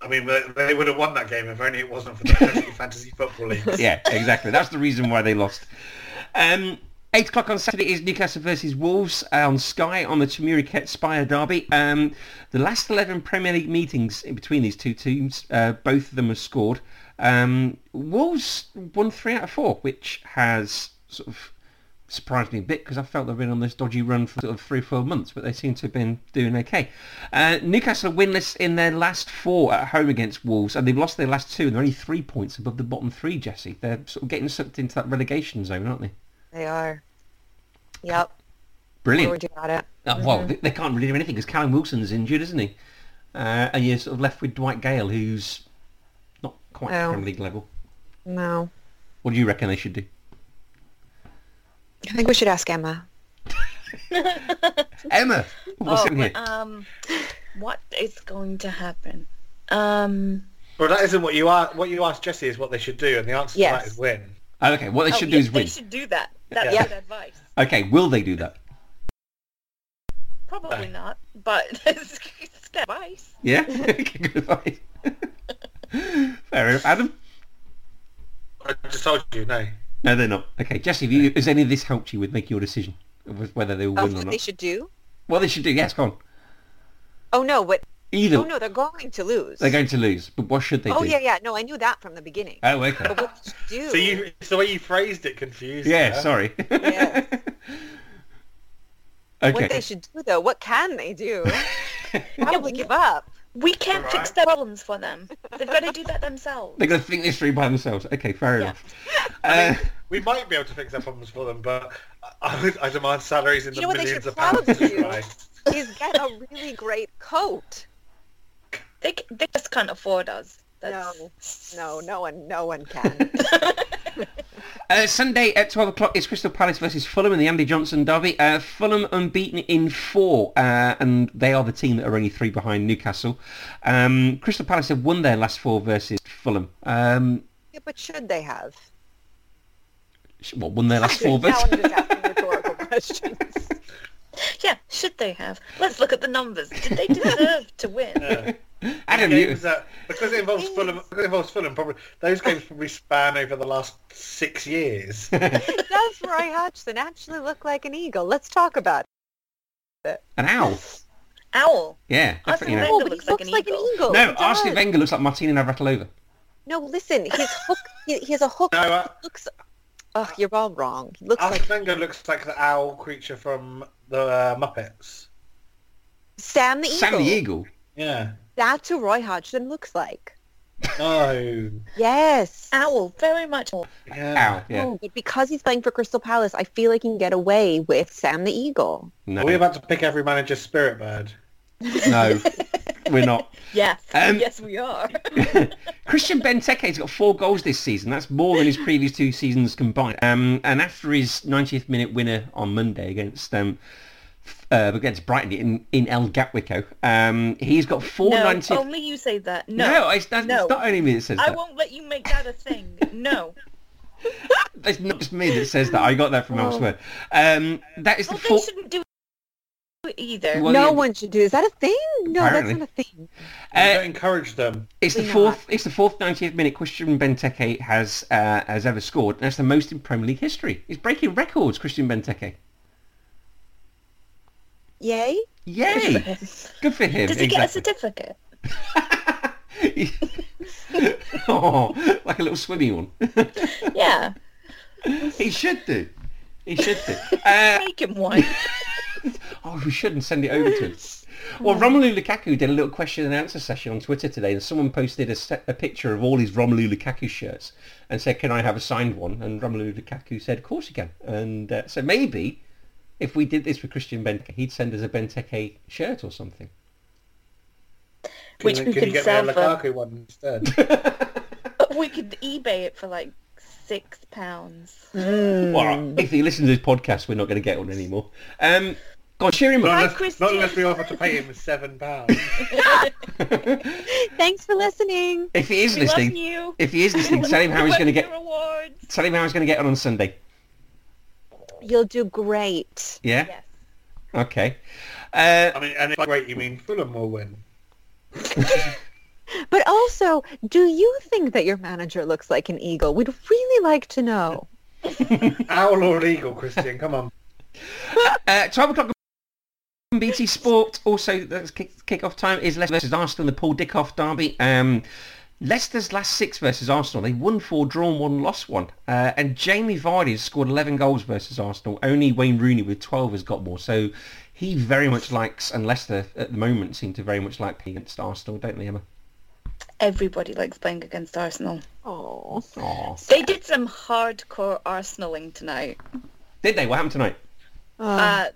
[SPEAKER 3] I mean, they, they would have won that game if only it wasn't for the fantasy football league.
[SPEAKER 1] yeah, exactly. That's the reason why they lost. Um, Eight o'clock on Saturday is Newcastle versus Wolves uh, on Sky on the Tamuriket Spire Derby. Um, the last 11 Premier League meetings in between these two teams, uh, both of them have scored. Um, Wolves won three out of four, which has sort of surprised me a bit because I felt they've been on this dodgy run for sort of three or four months, but they seem to have been doing okay. Uh, Newcastle are winless in their last four at home against Wolves, and they've lost their last two, and they're only three points above the bottom three, Jesse. They're sort of getting sucked into that relegation zone, aren't they?
[SPEAKER 2] They are. Yep.
[SPEAKER 1] Brilliant.
[SPEAKER 2] George got it.
[SPEAKER 1] Uh, well, they, they can't really do anything because Callum Wilson's injured, isn't he? Uh, and you're sort of left with Dwight Gale, who's not quite
[SPEAKER 2] Oh.
[SPEAKER 1] Premier League level.
[SPEAKER 2] No.
[SPEAKER 1] What do you reckon they should do?
[SPEAKER 2] I think we should ask Emma.
[SPEAKER 1] Emma, what's in here?
[SPEAKER 4] um, what is going to happen? Um,
[SPEAKER 3] Well, that isn't what you asked. What you asked Jesse is what they should do, and the answer
[SPEAKER 2] Yes.
[SPEAKER 3] to that is win.
[SPEAKER 1] Oh, okay, what they
[SPEAKER 4] oh,
[SPEAKER 1] should
[SPEAKER 4] yeah,
[SPEAKER 1] do is win.
[SPEAKER 4] They should do that. That's
[SPEAKER 3] Yeah.
[SPEAKER 4] good advice.
[SPEAKER 1] Okay, will they do that?
[SPEAKER 4] Probably not, but it's good advice.
[SPEAKER 1] Yeah? Okay, Good advice. Fair enough. Adam?
[SPEAKER 3] I just told you, no.
[SPEAKER 1] No, they're not. Okay, Jesse, have you, has any of this helped you with making your decision of whether they will
[SPEAKER 2] Of
[SPEAKER 1] win or
[SPEAKER 2] Oh, what
[SPEAKER 1] not?
[SPEAKER 2] they should do?
[SPEAKER 1] Well, they should do. Yes, go on.
[SPEAKER 2] Oh no! What?
[SPEAKER 1] Either
[SPEAKER 2] Oh no! They're going to lose.
[SPEAKER 1] they're going to lose, but what should they
[SPEAKER 2] oh
[SPEAKER 1] do?
[SPEAKER 2] yeah, yeah. No, I knew that from the beginning.
[SPEAKER 1] Oh, okay.
[SPEAKER 2] but what they should do?
[SPEAKER 3] So you, it's the way you phrased it confused.
[SPEAKER 1] yeah,
[SPEAKER 3] her.
[SPEAKER 1] sorry.
[SPEAKER 2] Yes.
[SPEAKER 1] okay.
[SPEAKER 2] What they should do though? What can they do? Probably give up.
[SPEAKER 4] We can't fix
[SPEAKER 3] Right.
[SPEAKER 4] their problems for them. They've got to do that themselves.
[SPEAKER 1] They're going to think this through by themselves. Okay, fair
[SPEAKER 4] Yeah.
[SPEAKER 1] enough. Uh,
[SPEAKER 3] We might be able to fix their problems for them, but I, would- I demand salaries in
[SPEAKER 2] You
[SPEAKER 3] the
[SPEAKER 2] know what they
[SPEAKER 3] millions
[SPEAKER 2] should
[SPEAKER 3] of pounds.
[SPEAKER 2] probably
[SPEAKER 3] to
[SPEAKER 2] do?
[SPEAKER 3] try.
[SPEAKER 2] Is get a really great coat.
[SPEAKER 4] They, c- they just can't afford us. That's...
[SPEAKER 2] No, no, no one, no one can.
[SPEAKER 1] uh, Sunday at 12 o'clock is Crystal Palace versus Fulham in the Andy Johnson derby. Uh, Fulham unbeaten in four, uh, and they are the team that are only three behind Newcastle. Um, Crystal Palace have won their last four versus Fulham. Um,
[SPEAKER 2] yeah, but should they have?
[SPEAKER 1] sh- what, won their last four
[SPEAKER 2] now
[SPEAKER 1] versus...
[SPEAKER 2] I'm just asking rhetorical questions.
[SPEAKER 4] Yeah, should they have? Let's look at the numbers. Did they deserve to win?
[SPEAKER 1] Adam, you...
[SPEAKER 3] Games that, because it involves Fulham, because it involves Fulham, probably those games probably span over the last six years.
[SPEAKER 2] Does Roy Hodgson actually look like an eagle? Let's talk about it.
[SPEAKER 1] An owl.
[SPEAKER 4] Owl.
[SPEAKER 1] Yeah,
[SPEAKER 4] Arsene
[SPEAKER 1] definitely an
[SPEAKER 4] Wenger
[SPEAKER 1] owl.
[SPEAKER 2] but
[SPEAKER 4] looks
[SPEAKER 2] he
[SPEAKER 4] like
[SPEAKER 2] looks
[SPEAKER 4] an
[SPEAKER 2] like
[SPEAKER 4] eagle.
[SPEAKER 2] an eagle.
[SPEAKER 1] No,
[SPEAKER 2] He does.
[SPEAKER 1] Arsene Wenger looks like Martina Navratilova.
[SPEAKER 2] No, listen, his hook, he, he has a hook.
[SPEAKER 3] no, uh,
[SPEAKER 2] looks. Oh, you're all wrong. He
[SPEAKER 1] Ah,
[SPEAKER 2] looks like
[SPEAKER 3] Arsene Wenger looks like the owl creature from the uh, Muppets.
[SPEAKER 2] Sam the eagle.
[SPEAKER 1] Sam the Eagle.
[SPEAKER 3] Yeah.
[SPEAKER 2] That's who Roy Hodgson looks like.
[SPEAKER 3] Oh.
[SPEAKER 2] Yes.
[SPEAKER 4] Owl. Very much. Owl.
[SPEAKER 3] Yeah.
[SPEAKER 1] Owl, yeah.
[SPEAKER 2] No, but because he's playing for Crystal Palace, I feel like he can get away with Sam the eagle.
[SPEAKER 1] No.
[SPEAKER 3] Are we about to pick every manager's spirit bird?
[SPEAKER 1] No, we're not.
[SPEAKER 4] Yeah.
[SPEAKER 1] Um,
[SPEAKER 4] yes, we are.
[SPEAKER 1] Christian Benteke's got four goals this season. That's more than his previous two seasons combined. Um, and after his 90th minute winner on Monday against um, f- uh, against Brighton in, in El Gatwico, um, he's got four
[SPEAKER 4] no,
[SPEAKER 1] 90th.
[SPEAKER 4] only you say that. No.
[SPEAKER 1] no, it's, that's,
[SPEAKER 4] No.
[SPEAKER 1] it's not only me that says
[SPEAKER 4] I
[SPEAKER 1] that.
[SPEAKER 4] won't let you make that a thing. No.
[SPEAKER 1] It's not just me that says that. I got that from elsewhere. Um, that is
[SPEAKER 4] Oh. Well,
[SPEAKER 1] the
[SPEAKER 4] they
[SPEAKER 1] four.
[SPEAKER 4] shouldn't do it either.
[SPEAKER 1] Well,
[SPEAKER 2] no
[SPEAKER 1] yeah,
[SPEAKER 2] one should do. Is that a thing? No,
[SPEAKER 1] Apparently.
[SPEAKER 2] that's not a thing.
[SPEAKER 3] I
[SPEAKER 1] uh,
[SPEAKER 3] don't encourage them.
[SPEAKER 1] It's the
[SPEAKER 2] Clean
[SPEAKER 1] fourth. It's the fourth 90th minute Christian Benteke has uh, has ever scored, and that's the most in Premier League history. He's breaking records, Christian Benteke.
[SPEAKER 2] Yay!
[SPEAKER 1] Yay! Good for him.
[SPEAKER 4] Does he get a
[SPEAKER 1] exactly.
[SPEAKER 4] certificate?
[SPEAKER 1] oh, like a little swimmy one.
[SPEAKER 4] Yeah.
[SPEAKER 1] he should do. He should do. Uh,
[SPEAKER 4] Make him one.
[SPEAKER 1] oh, we shouldn't send it over to him. Well, Romelu Lukaku did a little question and answer session on Twitter today, and someone posted a, set, a picture of all his Romelu Lukaku shirts and said, "Can I have a signed one?" And Romelu Lukaku said, "Of course you can." And uh, so maybe if we did this with Christian Benteke, he'd send us a Benteke shirt or something.
[SPEAKER 3] Can
[SPEAKER 4] Which
[SPEAKER 3] you-
[SPEAKER 4] we
[SPEAKER 3] can
[SPEAKER 4] can
[SPEAKER 3] you get
[SPEAKER 4] sell
[SPEAKER 3] me a
[SPEAKER 4] for.
[SPEAKER 3] Lukaku one instead?
[SPEAKER 4] we could eBay it for like six pounds.
[SPEAKER 1] Well,
[SPEAKER 4] Mm.
[SPEAKER 1] if he listens to this podcast, we're not going to get one anymore. Um, God, cheer him
[SPEAKER 3] Not
[SPEAKER 1] up.
[SPEAKER 4] Hi,
[SPEAKER 3] unless, not
[SPEAKER 4] Christian.
[SPEAKER 3] unless we offer to pay him seven pounds.
[SPEAKER 2] Thanks for listening.
[SPEAKER 1] If he is
[SPEAKER 4] We love
[SPEAKER 1] listening,
[SPEAKER 4] you.
[SPEAKER 1] if he is listening, tell him how he's
[SPEAKER 4] Win
[SPEAKER 1] going to
[SPEAKER 4] your
[SPEAKER 1] get.
[SPEAKER 4] rewards.
[SPEAKER 1] Tell him how he's going to get on on Sunday.
[SPEAKER 2] You'll do great.
[SPEAKER 1] Yeah.
[SPEAKER 4] Yes.
[SPEAKER 1] Okay. Uh,
[SPEAKER 3] I mean, and if by great you mean Fulham will win.
[SPEAKER 2] But also, do you think that your manager looks like an eagle? We'd really like to know.
[SPEAKER 3] Owl or eagle, Christian? Come on.
[SPEAKER 1] Uh, 12 o'clock on BT Sport. Also, that's kick, kick-off time is Leicester versus Arsenal, the Paul Dickoff derby. Um, Leicester's last six versus Arsenal. They won four, drawn one, lost one. Uh, and Jamie Vardy has scored 11 goals versus Arsenal. Only Wayne Rooney with 12 has got more. So he very much likes, and Leicester at the moment seem to very much like playing against Arsenal, don't they, Emma?
[SPEAKER 4] Everybody likes playing against Arsenal.
[SPEAKER 2] Oh,
[SPEAKER 1] Oh,
[SPEAKER 4] They did some hardcore Arsenaling tonight.
[SPEAKER 1] did they? What happened tonight? Oh.
[SPEAKER 4] Uh,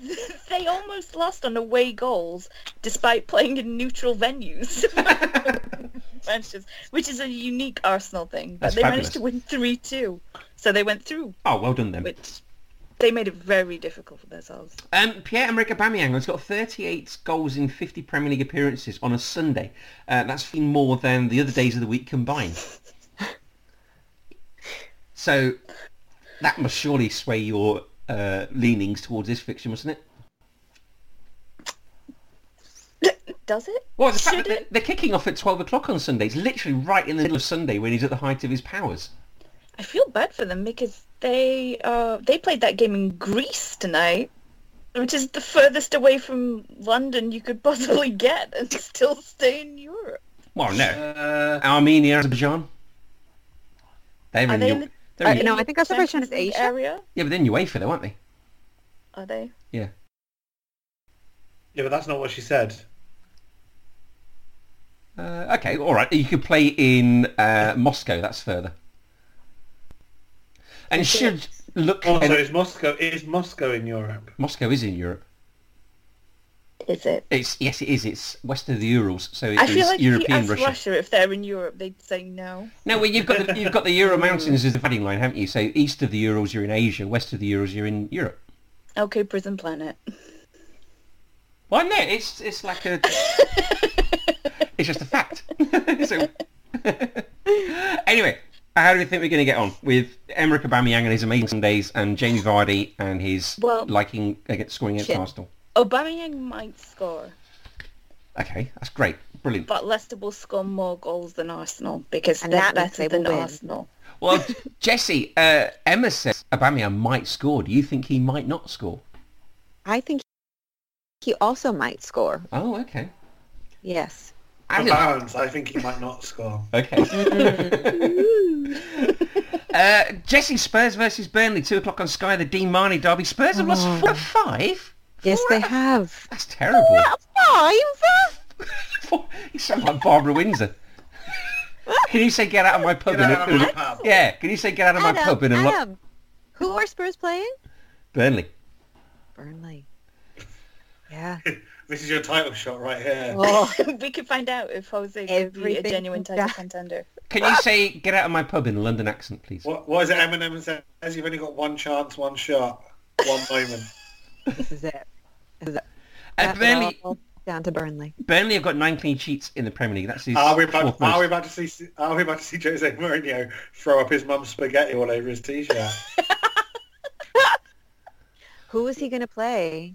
[SPEAKER 4] they almost lost on away goals despite playing in neutral venues. Matches, which is a unique Arsenal thing. But
[SPEAKER 1] That's
[SPEAKER 4] they
[SPEAKER 1] fabulous.
[SPEAKER 4] managed to win 3-2. So they went through,
[SPEAKER 1] Oh, well done then.
[SPEAKER 4] which they made it very difficult for themselves.
[SPEAKER 1] Um, Pierre-Emerick Aubameyang has got 38 goals in 50 Premier League appearances on a Sunday. Uh, that's been more than the other days of the week combined. so that must surely sway your uh, leanings towards this fiction, mustn't it?
[SPEAKER 4] Does it?
[SPEAKER 1] Well, the fact
[SPEAKER 4] Should
[SPEAKER 1] that they're, they're kicking off at 12 o'clock on Sunday. It's literally right in the middle of Sunday when he's at the height of his powers.
[SPEAKER 4] I feel bad for them because they uh, they played that game in Greece tonight, which is the furthest away from London you could possibly get and still stay in Europe.
[SPEAKER 1] Well, no.
[SPEAKER 3] Uh,
[SPEAKER 1] Armenia, Azerbaijan. They're
[SPEAKER 4] Are
[SPEAKER 1] in,
[SPEAKER 4] they
[SPEAKER 1] U-
[SPEAKER 4] in the-
[SPEAKER 1] they're in
[SPEAKER 2] Uh,
[SPEAKER 1] U-
[SPEAKER 2] no, I think Azerbaijan is
[SPEAKER 4] Champions League
[SPEAKER 2] Asia.
[SPEAKER 4] area.
[SPEAKER 1] Yeah, but they're in UEFA though, aren't they?
[SPEAKER 4] Are they?
[SPEAKER 1] Yeah.
[SPEAKER 3] yeah, but that's not what she said.
[SPEAKER 1] Uh, okay, all right. You could play in uh, Moscow. That's further. And should look.
[SPEAKER 3] Also, is Moscow is Moscow in Europe?
[SPEAKER 1] Moscow is in Europe.
[SPEAKER 4] Is it?
[SPEAKER 1] It's yes, it is. It's west of the Urals, so
[SPEAKER 4] I
[SPEAKER 1] it's
[SPEAKER 4] feel like
[SPEAKER 1] European
[SPEAKER 4] if you asked
[SPEAKER 1] Russia.
[SPEAKER 4] Russia. if they're in Europe, they'd say no.
[SPEAKER 1] No, well, you've got the, you've got the Ural Mountains as the dividing line, haven't you? So east of the Urals, you're in Asia. West of the Urals, you're in Europe.
[SPEAKER 4] Okay, Prison Planet.
[SPEAKER 1] Well, no, it's it's like a. it's just a fact. so, anyway, how do we think we're going to get on with Emmerich Aubameyang and his amazing Sundays, and Jamie Vardy and his
[SPEAKER 4] Well-
[SPEAKER 1] liking against scoring against
[SPEAKER 2] Shit.
[SPEAKER 1] Arsenal?
[SPEAKER 4] Aubameyang might score,
[SPEAKER 1] Okay, that's great, brilliant.
[SPEAKER 4] but Leicester will score more goals than Arsenal because
[SPEAKER 2] And
[SPEAKER 4] they're
[SPEAKER 2] that means
[SPEAKER 4] better
[SPEAKER 2] they will
[SPEAKER 4] than
[SPEAKER 2] win.
[SPEAKER 4] Arsenal.
[SPEAKER 1] Well, Jesse, uh, Emma says Aubameyang might score. Do you think he might not score?
[SPEAKER 2] I think he also might score.
[SPEAKER 1] Oh, okay.
[SPEAKER 2] Yes.
[SPEAKER 3] For
[SPEAKER 1] Alan-
[SPEAKER 3] balance, I think he might not score.
[SPEAKER 1] Okay. uh, Jesse Spurs versus Burnley, two o'clock on Sky. The Dean Marnie derby. Spurs have lost
[SPEAKER 2] Oh.
[SPEAKER 1] four out of five.
[SPEAKER 2] Yes,
[SPEAKER 1] Four
[SPEAKER 2] they
[SPEAKER 1] out of-
[SPEAKER 2] have.
[SPEAKER 1] That's terrible.
[SPEAKER 2] Five?
[SPEAKER 1] Four- you sound like Barbara Windsor. Can you say get out of my pub?
[SPEAKER 3] Get out
[SPEAKER 1] in a,
[SPEAKER 3] of my pub.
[SPEAKER 1] Yeah. Can you say get out of my pub in
[SPEAKER 2] Adam,
[SPEAKER 1] a lo-
[SPEAKER 2] Adam, who are Spurs playing?
[SPEAKER 1] Burnley?
[SPEAKER 2] Burnley. Yeah.
[SPEAKER 3] This is your title shot right here.
[SPEAKER 2] Oh,
[SPEAKER 4] we could find out if Jose could be a
[SPEAKER 2] Everything
[SPEAKER 4] genuine
[SPEAKER 2] he's
[SPEAKER 4] title
[SPEAKER 2] done.
[SPEAKER 4] contender.
[SPEAKER 1] Can you say "Get out of my pub" in a London accent, please?
[SPEAKER 3] What, what is it Eminem says? You've only got one chance, one shot, one moment.
[SPEAKER 2] this is it. This is it.
[SPEAKER 1] Uh,
[SPEAKER 2] That
[SPEAKER 1] Burnley,
[SPEAKER 2] all down to Burnley.
[SPEAKER 1] Burnley have got nine clean sheets in the Premier League. That's his
[SPEAKER 3] Are we, about,
[SPEAKER 1] fourth
[SPEAKER 3] are
[SPEAKER 1] most.
[SPEAKER 3] we about to see? Are we about to see Jose Mourinho throw up his mum's spaghetti all over his t-shirt?
[SPEAKER 2] Who is he going to play?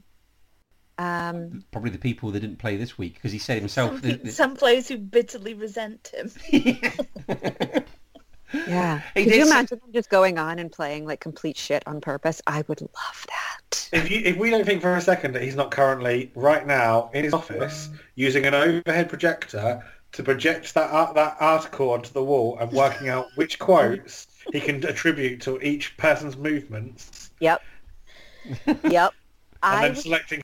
[SPEAKER 2] Um,
[SPEAKER 1] Probably the people that didn't play this week because he said himself. that- that-
[SPEAKER 4] Some players who bitterly resent him.
[SPEAKER 2] yeah.
[SPEAKER 1] He
[SPEAKER 2] Could
[SPEAKER 1] did
[SPEAKER 2] you
[SPEAKER 1] say-
[SPEAKER 2] imagine them just going on and playing like complete shit on purpose? I would love that.
[SPEAKER 3] if, you, if we don't think for a second that he's not currently right now in his office using an overhead projector to project that ar- that article onto the wall and working out which quotes he can attribute to each person's movements
[SPEAKER 2] Yep. yep.
[SPEAKER 3] and
[SPEAKER 2] I
[SPEAKER 3] then
[SPEAKER 2] would
[SPEAKER 3] selecting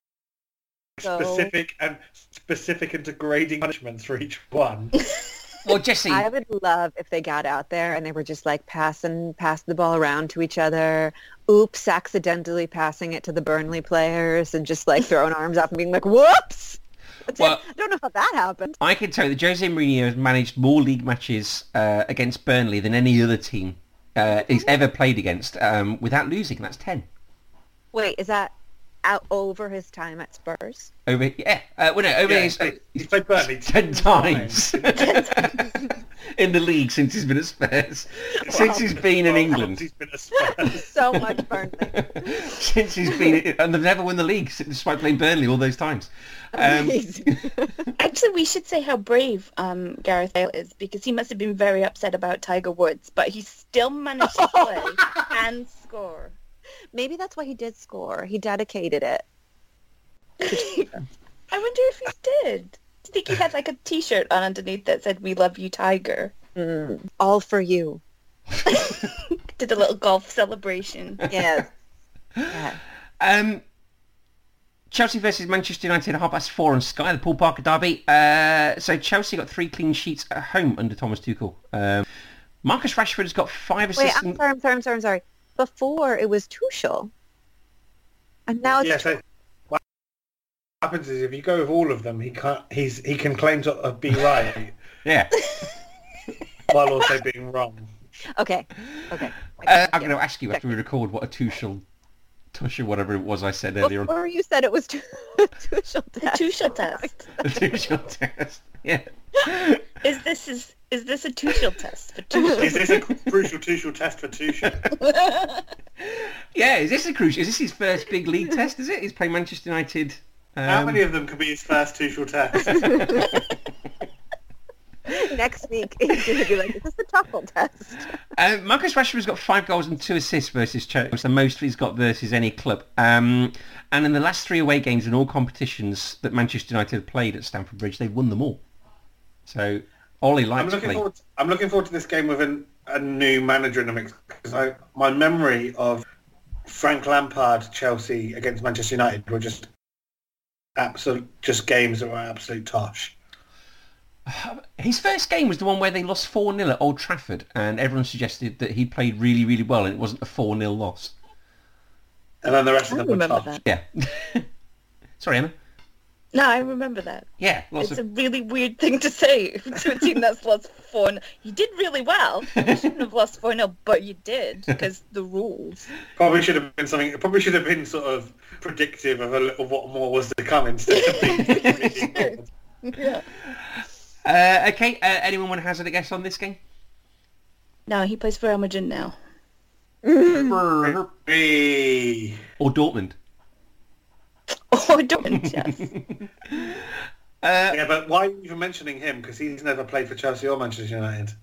[SPEAKER 2] go-
[SPEAKER 3] specific and specific and degrading punishments for each one.
[SPEAKER 1] well, Jesse,
[SPEAKER 2] I would love if they got out there and they were just like passing, passing the ball around to each other. Oops, accidentally passing it to the Burnley players and just like throwing arms up and being like, whoops. That's it.
[SPEAKER 1] Well-
[SPEAKER 2] I don't know how that happened.
[SPEAKER 1] I can tell you that Jose Mourinho has managed more league matches uh, against Burnley than any other team uh, he's ever played against um, without losing. That's ten.
[SPEAKER 2] Wait, is that out over his time at Spurs?
[SPEAKER 1] Over yeah, uh, well, no, over
[SPEAKER 3] Yeah,
[SPEAKER 1] his,
[SPEAKER 3] he's played, he's played Burnley
[SPEAKER 1] ten times in the league since he's been at Spurs. Since he's been in
[SPEAKER 3] Well,
[SPEAKER 1] England.
[SPEAKER 3] He's been a Spurs.
[SPEAKER 2] So much Burnley.
[SPEAKER 1] Since he's been, and they've never won the league despite playing Burnley all those times. Um,
[SPEAKER 2] Amazing.
[SPEAKER 4] Actually, we should say how brave um, Gareth Bale is because he must have been very upset about Tiger Woods, but he still managed to play and score.
[SPEAKER 2] Maybe that's why he did score. He dedicated it.
[SPEAKER 4] I wonder if he did. I think he had like a T-shirt on underneath that said "We love you, Tiger."
[SPEAKER 2] All for you.
[SPEAKER 4] Did a little golf celebration.
[SPEAKER 2] Yes. Yeah.
[SPEAKER 1] Um, Chelsea versus Manchester United at half past four on Sky, the Paul Parker derby. Uh, so Chelsea got three clean sheets at home under Thomas Tuchel. Um, Marcus Rashford has got five
[SPEAKER 2] Wait,
[SPEAKER 1] assists.
[SPEAKER 2] I'm
[SPEAKER 1] and-
[SPEAKER 2] sorry, I'm sorry, I'm sorry, I'm sorry. Before it was Tuchel. And now it's
[SPEAKER 3] yeah, so what happens is if you go with all of them, he can't. He's he can claim to uh, be right
[SPEAKER 1] Yeah.
[SPEAKER 3] while also being wrong.
[SPEAKER 2] Okay. Okay.
[SPEAKER 1] Uh, I'm going to ask you after we record what a Tuchel, Tuchel, whatever it was I said earlier on.
[SPEAKER 2] Before you said it was tu- Tuchel
[SPEAKER 4] The
[SPEAKER 2] test.
[SPEAKER 4] two-shot test.
[SPEAKER 1] The Tuchel test. Yeah.
[SPEAKER 4] Is this is is this a two-shot test for two?
[SPEAKER 3] Is this a crucial Tuchel test for Tuchel?
[SPEAKER 1] Yeah, is this a crucial? Is this his first big league test, is it? He's playing Manchester United. Um,
[SPEAKER 3] How many of them could be his first Tuchel test?
[SPEAKER 1] um,
[SPEAKER 2] Next week he's going to be like, is this the Tuchel test?
[SPEAKER 1] Uh, Marcus Rashford's got five goals and two assists versus Chelsea, the most he's got versus any club. Um, and in the last three away games in all competitions that Manchester United have played at Stamford Bridge, they've won them all. So Ollie
[SPEAKER 3] I'm
[SPEAKER 1] likes to
[SPEAKER 3] looking
[SPEAKER 1] play.
[SPEAKER 3] forward. To, I'm looking forward to this game with an, a new manager in the mix because I, my memory of Frank Lampard Chelsea against Manchester United were just absolute just games that were absolute tosh.
[SPEAKER 1] His first game was the one where they lost 4-0 at Old Trafford, and everyone suggested that he played really, really well, and it wasn't a 4-0 loss.
[SPEAKER 3] And then the rest of
[SPEAKER 4] I
[SPEAKER 3] them were
[SPEAKER 4] remember
[SPEAKER 3] tosh.
[SPEAKER 4] that.
[SPEAKER 1] Yeah. Sorry, Emma.
[SPEAKER 4] No, I remember that.
[SPEAKER 1] Yeah, lots
[SPEAKER 4] It's a
[SPEAKER 1] of...
[SPEAKER 4] really weird thing to say to a team that's lost 4 0. You did really well. You shouldn't have lost 4 0, but you did because the rules.
[SPEAKER 3] Probably should have been something. It probably should have been sort of predictive of, a, li- of what more was to come instead of being.
[SPEAKER 1] Uh, okay, uh, anyone want to hazard a guess on this game?
[SPEAKER 4] No, he plays for Real Madrid now.
[SPEAKER 1] or
[SPEAKER 3] Hey.
[SPEAKER 1] Dortmund?
[SPEAKER 4] Or Dortmund, yes. Uh,
[SPEAKER 3] yeah, but why are you even mentioning him? Because he's never played for Chelsea or Manchester United.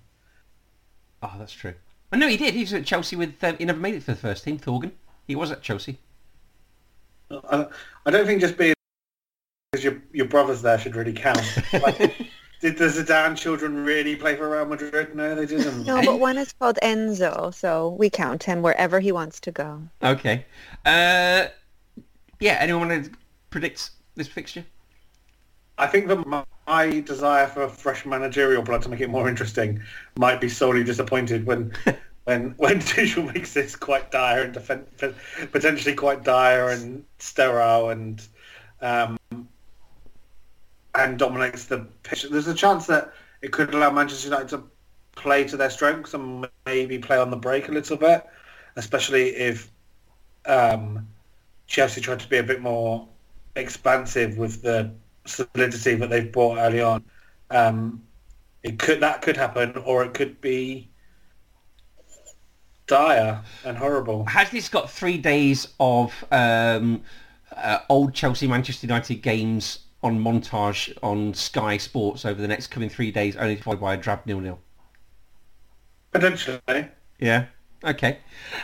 [SPEAKER 1] Oh, that's true. Well, no, he did. He was at Chelsea with. Um, he never made it for the first team. Thorgan. He was at Chelsea.
[SPEAKER 3] I, I don't think just being because your your brother's there should really count. Like, did the Zidane children really play for Real Madrid? No, they didn't.
[SPEAKER 2] No, but one is called Enzo, so we count him wherever he wants to go.
[SPEAKER 1] Okay. Uh, yeah. Anyone want to predict this fixture?
[SPEAKER 3] I think that my, my desire for fresh managerial blood to make it more interesting might be solely disappointed when when when Tuchel makes this quite dire and defen- potentially quite dire and sterile and um, and dominates the pitch. There's a chance that it could allow Manchester United to play to their strengths and maybe play on the break a little bit, especially if um, Chelsea tried to be a bit more expansive with the solidity that they've bought early on. Um, it could that could happen, or it could be dire and horrible.
[SPEAKER 1] Has this got three days of um, uh, old Chelsea Manchester United games on montage on Sky Sports over the next coming three days, only followed by a drab nil-nil?
[SPEAKER 3] Potentially,
[SPEAKER 1] Yeah. Okay.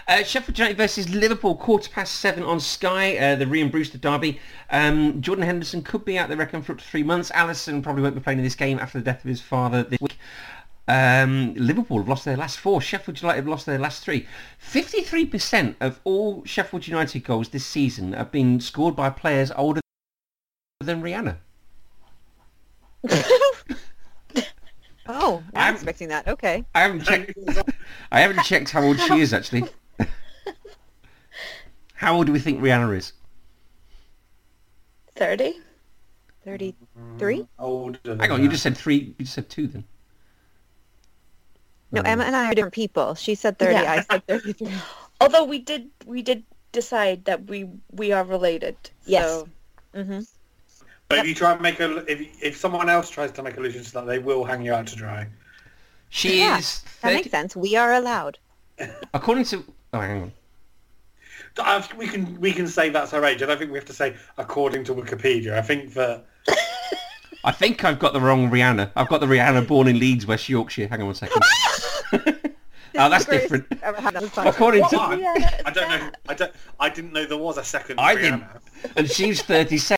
[SPEAKER 1] Uh, Sheffield United versus Liverpool, quarter past seven on Sky, uh, the Ree and Brewster derby. Um, Jordan Henderson could be out the reckon for up to three months. Allison probably won't be playing in this game after the death of his father this week. Um, Liverpool have lost their last four. Sheffield United have lost their last three. 53% of all Sheffield United goals this season have been scored by players older than Rihanna.
[SPEAKER 2] Oh, not
[SPEAKER 1] I'm-
[SPEAKER 2] expecting that. Okay.
[SPEAKER 1] I haven't checked. I haven't checked how old she is actually. how old do we think Rihanna is?
[SPEAKER 4] 30?
[SPEAKER 2] 33?
[SPEAKER 3] older. than
[SPEAKER 1] Hang on, you
[SPEAKER 3] that.
[SPEAKER 1] just said three. You just said two then.
[SPEAKER 2] No,
[SPEAKER 1] Mm-hmm.
[SPEAKER 2] Emma and I are different people. She said 30.
[SPEAKER 4] Yeah.
[SPEAKER 2] I said 33.
[SPEAKER 4] Although we did we did decide that we we are related.
[SPEAKER 2] Yes.
[SPEAKER 4] So
[SPEAKER 2] hmm
[SPEAKER 3] But if you try and make a, if if someone else tries to make allusions to that, they will hang you out to dry.
[SPEAKER 1] She
[SPEAKER 2] Yeah,
[SPEAKER 1] is. 30,
[SPEAKER 2] That makes sense. We are allowed.
[SPEAKER 1] According to. Oh, hang on.
[SPEAKER 3] I, we can we can say that's her age. I don't think we have to say according to Wikipedia. I think that
[SPEAKER 1] I think I've got the wrong Rihanna. I've got the Rihanna born in Leeds, West Yorkshire. Hang on one second. oh, that's
[SPEAKER 2] This is the
[SPEAKER 1] different.
[SPEAKER 2] greatest I've ever had on this podcast.
[SPEAKER 1] According
[SPEAKER 3] What?
[SPEAKER 1] to.
[SPEAKER 4] yeah,
[SPEAKER 3] I don't know. I don't. I didn't know there was a second.
[SPEAKER 1] I
[SPEAKER 3] Rihanna.
[SPEAKER 1] didn't. And she's 37,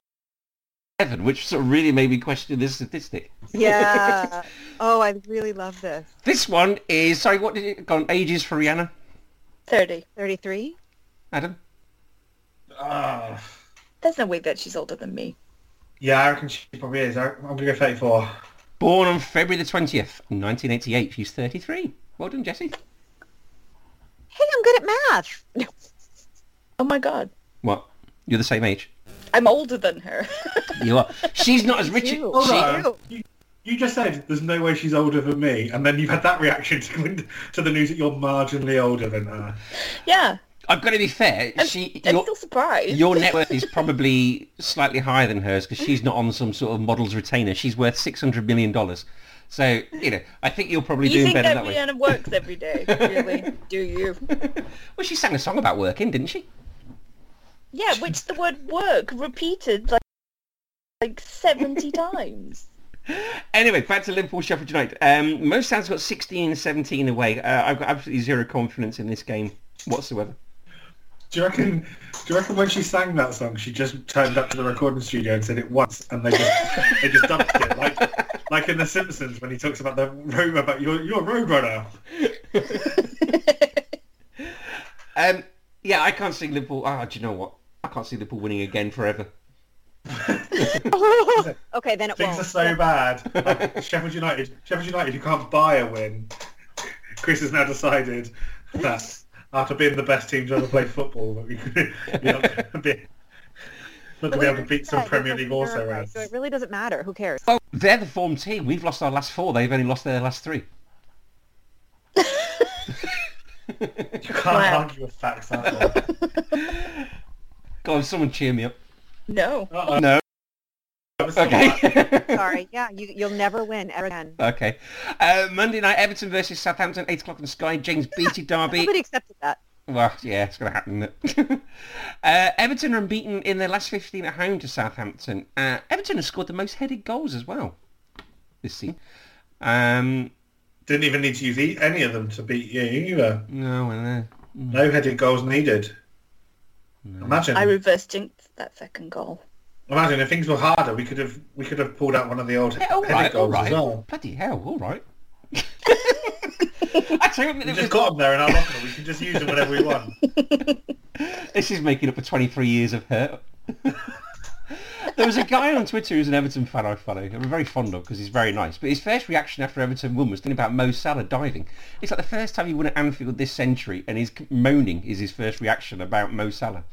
[SPEAKER 1] which sort of really made me question this statistic.
[SPEAKER 2] Yeah. Oh, I really love this.
[SPEAKER 1] This one is. Sorry, what did it. Gone ages for Rihanna,
[SPEAKER 4] 30.
[SPEAKER 2] 33?
[SPEAKER 1] Adam?
[SPEAKER 3] Ah.
[SPEAKER 4] There's no way that she's older than me.
[SPEAKER 3] yeah, I reckon she probably is. I, I'm gonna go 34.
[SPEAKER 1] Born on February the 20th, 1988. She's 33. Well done, Jesse.
[SPEAKER 2] Hey, I'm good at math. No.
[SPEAKER 4] Oh my god.
[SPEAKER 1] What? You're the same age.
[SPEAKER 4] I'm older than her.
[SPEAKER 1] You are. She's not as rich.
[SPEAKER 2] You.
[SPEAKER 1] She,
[SPEAKER 3] on. You, you just said there's no way she's older than me, and then you've had that reaction to, to the news that you're marginally older than her.
[SPEAKER 4] yeah.
[SPEAKER 1] I've got to be fair. She,
[SPEAKER 4] I'm
[SPEAKER 1] your,
[SPEAKER 4] still surprised.
[SPEAKER 1] your net worth is probably slightly higher than hers because she's not on some sort of model's retainer. She's worth six hundred million dollars. So you know, I think you're probably
[SPEAKER 4] you
[SPEAKER 1] doing
[SPEAKER 4] think
[SPEAKER 1] better
[SPEAKER 4] that
[SPEAKER 1] that, way.
[SPEAKER 4] Rihanna works every day, really? Do you?
[SPEAKER 1] Well, she sang a song about working, didn't she?
[SPEAKER 4] Yeah, which the word work repeated like like 70 times.
[SPEAKER 1] Anyway, back to Liverpool Sheffield United. Um, Mo Salah's got 16, 17 away. Uh, I've got absolutely zero confidence in this game whatsoever.
[SPEAKER 3] Do you reckon? Do you reckon when she sang that song, she just turned up to the recording studio and said it once, and they just they just dumped it, like like in The Simpsons when he talks about the road about you're you're a roadrunner.
[SPEAKER 1] Um, yeah, I can't see Liverpool. Ah, do you know what? I can't see Liverpool winning again forever.
[SPEAKER 2] okay, then it
[SPEAKER 3] Things
[SPEAKER 2] won't.
[SPEAKER 3] are so bad. Like Sheffield United, Sheffield United, you can't buy a win. Chris has now decided that after being the best team to ever play football, that we could we're not going to be not gonna be able to beat some
[SPEAKER 2] Yeah,
[SPEAKER 3] Premier
[SPEAKER 2] you're
[SPEAKER 3] League
[SPEAKER 2] right,
[SPEAKER 3] also
[SPEAKER 2] you're right.
[SPEAKER 3] rounds.
[SPEAKER 2] So it really doesn't matter. Who cares?
[SPEAKER 1] Oh, they're the form team. We've lost our last four. They've only lost their last three.
[SPEAKER 3] You can't
[SPEAKER 4] Wow.
[SPEAKER 3] argue with facts that one.
[SPEAKER 1] God, someone cheer me up.
[SPEAKER 4] No.
[SPEAKER 3] Uh-oh,
[SPEAKER 1] No.
[SPEAKER 3] that was someone.
[SPEAKER 1] Okay.
[SPEAKER 2] Sorry. Yeah, you, you'll never win ever again.
[SPEAKER 1] okay. Uh, Monday night, Everton versus Southampton, 8 o'clock on Sky. James Beattie derby.
[SPEAKER 2] Nobody accepted that.
[SPEAKER 1] Well, yeah, it's going to happen. isn't it? uh, Everton are unbeaten in their last 15 at home to Southampton. Uh, Everton has scored the most headed goals as well this season. Um,
[SPEAKER 3] Didn't even need to use e- any of them to beat you either.
[SPEAKER 1] no, uh, I know.
[SPEAKER 3] No headed goals needed. Imagine,
[SPEAKER 4] I reverse jinxed that second goal.
[SPEAKER 3] imagine if things were harder, we could have we could have pulled out one of the old
[SPEAKER 1] Yeah, all
[SPEAKER 3] headed
[SPEAKER 1] right, all
[SPEAKER 3] goals
[SPEAKER 1] right.
[SPEAKER 3] as well.
[SPEAKER 1] Bloody hell, all right. I tell you what,
[SPEAKER 3] We
[SPEAKER 1] it was-
[SPEAKER 3] just got them there in our locker. We can just use them whenever we want.
[SPEAKER 1] This is making up for 23 years of hurt. there was a guy on Twitter who's an Everton fan I follow. I'm very fond of because he's very nice. But his first reaction after Everton won was thinking about Mo Salah diving. It's like the first time he won at Anfield this century and his moaning is his first reaction about Mo Salah.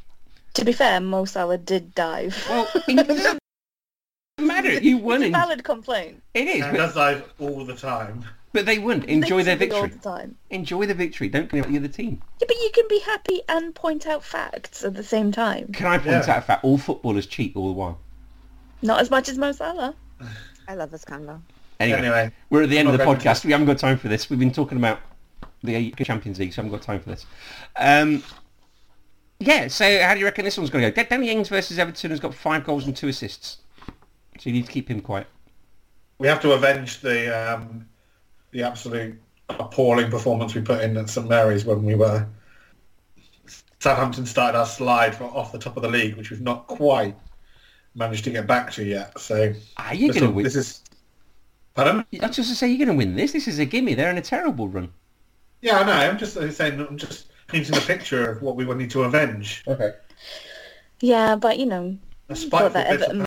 [SPEAKER 4] To be fair, Mo Salah did dive.
[SPEAKER 1] Well, he doesn't doesn't matter. You won.
[SPEAKER 4] It's a
[SPEAKER 1] And,
[SPEAKER 4] valid complaint.
[SPEAKER 1] it is,
[SPEAKER 3] And
[SPEAKER 1] but,
[SPEAKER 3] that's like all the time.
[SPEAKER 1] but they won. Enjoy
[SPEAKER 4] It's
[SPEAKER 1] their
[SPEAKER 4] something all
[SPEAKER 1] victory.
[SPEAKER 4] the time.
[SPEAKER 1] Enjoy the victory. Don't care about the other team.
[SPEAKER 4] Yeah, but you can be happy and point out facts at the same time.
[SPEAKER 1] Can I point
[SPEAKER 3] Yeah.
[SPEAKER 1] out that all footballers cheat all the while?
[SPEAKER 4] Not as much as Mo Salah.
[SPEAKER 2] I love this combo.
[SPEAKER 1] Anyway,
[SPEAKER 3] Anyway,
[SPEAKER 1] we're at the end of
[SPEAKER 3] not
[SPEAKER 1] the
[SPEAKER 3] going to-
[SPEAKER 1] podcast. We haven't got time for this. We've been talking about the Champions League, so I haven't got time for this. Um, yeah, so how do you reckon this one's going to go? Danny Ings versus Everton has got five goals and two assists. So you need to keep him quiet.
[SPEAKER 3] We have to avenge the um, the absolute appalling performance we put in at St Mary's when we were Southampton started our slide from off the top of the league, which we've not quite managed to get back to yet. So
[SPEAKER 1] Are you
[SPEAKER 3] this,
[SPEAKER 1] going to
[SPEAKER 3] will-
[SPEAKER 1] win?
[SPEAKER 3] this is pardon?
[SPEAKER 1] I was just to say you're going to win this. This is a gimme. They're in a terrible run.
[SPEAKER 3] Yeah, I know. I'm just saying. I'm just painting a picture of what we would need to avenge.
[SPEAKER 1] Okay.
[SPEAKER 4] Yeah, but you know,
[SPEAKER 3] A
[SPEAKER 4] thought
[SPEAKER 3] spiteful
[SPEAKER 4] that
[SPEAKER 3] bit
[SPEAKER 4] Everton
[SPEAKER 3] of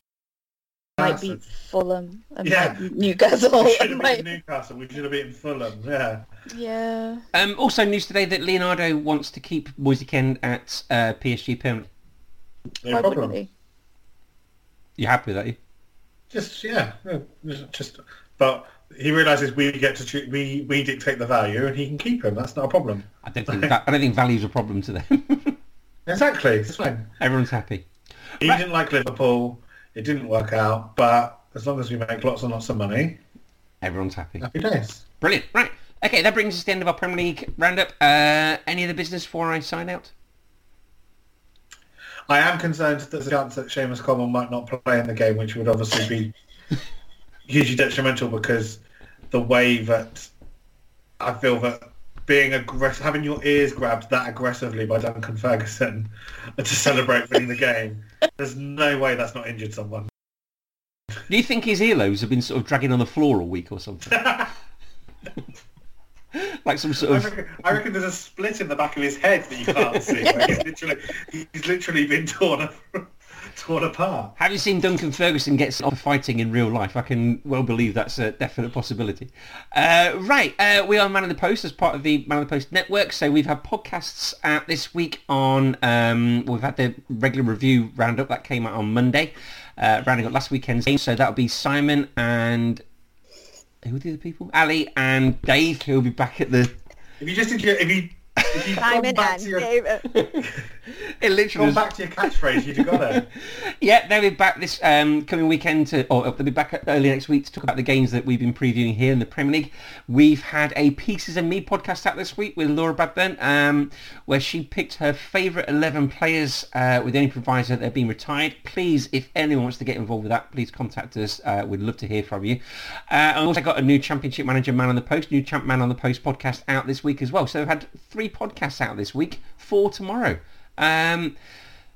[SPEAKER 4] might be
[SPEAKER 3] Newcastle.
[SPEAKER 4] Fulham, and
[SPEAKER 3] Yeah.
[SPEAKER 4] might be Newcastle,
[SPEAKER 3] We should
[SPEAKER 4] and
[SPEAKER 3] have
[SPEAKER 4] might
[SPEAKER 3] beaten Newcastle. We should have beaten Fulham. Yeah.
[SPEAKER 4] yeah.
[SPEAKER 1] Um, also news today that Leonardo wants to keep Moise Kean at uh, PSG permanently.
[SPEAKER 3] No
[SPEAKER 4] why
[SPEAKER 3] problem.
[SPEAKER 4] wouldn't he?
[SPEAKER 1] You happy with that? You?
[SPEAKER 3] Just yeah, no, just but he realizes we get to choo- we we dictate the value and he can keep him. That's not a problem.
[SPEAKER 1] I don't think that, I don't think value's a problem to them.
[SPEAKER 3] Exactly, it's fine.
[SPEAKER 1] Everyone's happy.
[SPEAKER 3] He didn't like Liverpool. It didn't work out, but as long as we make lots and lots of money,
[SPEAKER 1] Everyone's happy.
[SPEAKER 3] happy days.
[SPEAKER 1] Brilliant. Right. Okay, that brings us to the end of our Premier League roundup. Uh, any other business before I sign out?
[SPEAKER 3] I am concerned that there's a chance that Seamus Coleman might not play in the game, which would obviously be hugely detrimental because the way that I feel that being aggressive, having your ears grabbed that aggressively by Duncan Ferguson to celebrate winning the game, there's no way that's not injured someone.
[SPEAKER 1] Do you think his earlobes have been sort of dragging on the floor all week or something? like some sort
[SPEAKER 3] I
[SPEAKER 1] of...
[SPEAKER 3] reckon, I reckon there's a split in the back of his head that you can't see. Like, he's literally, he's literally been torn, a- torn apart.
[SPEAKER 1] Have you seen Duncan Ferguson get off fighting in real life? I can well believe that's a definite possibility. Uh, right, uh, we are Man of the Post as part of the Man of the Post network. So we've had podcasts out this week on. Um, we've had the regular review roundup that came out on Monday, uh, rounding up last weekend's game. So that'll be Simon and who are the other people? Ali and Dave, who'll be back at the.
[SPEAKER 3] If you just if you if you if you've gone
[SPEAKER 2] Simon
[SPEAKER 3] back
[SPEAKER 2] and
[SPEAKER 3] to your
[SPEAKER 2] David.
[SPEAKER 1] It literally
[SPEAKER 3] gone
[SPEAKER 1] was-
[SPEAKER 3] back to your catchphrase, you'd have got it.
[SPEAKER 1] Yeah, they'll be back this um, coming weekend, to, or they'll be back early next week to talk about the games that we've been previewing here in the Premier League. We've had a Pieces and Me podcast out this week with Laura Bradburn, um, where she picked her favourite 11 players uh, with the only proviso that they've been retired. Please, if anyone wants to get involved with that, please contact us. Uh, we'd love to hear from you. Uh, I also got a new Championship Manager Man on the Post, new Champ Man on the Post podcast out this week as well. So we've had three podcasts out this week, four tomorrow. Um,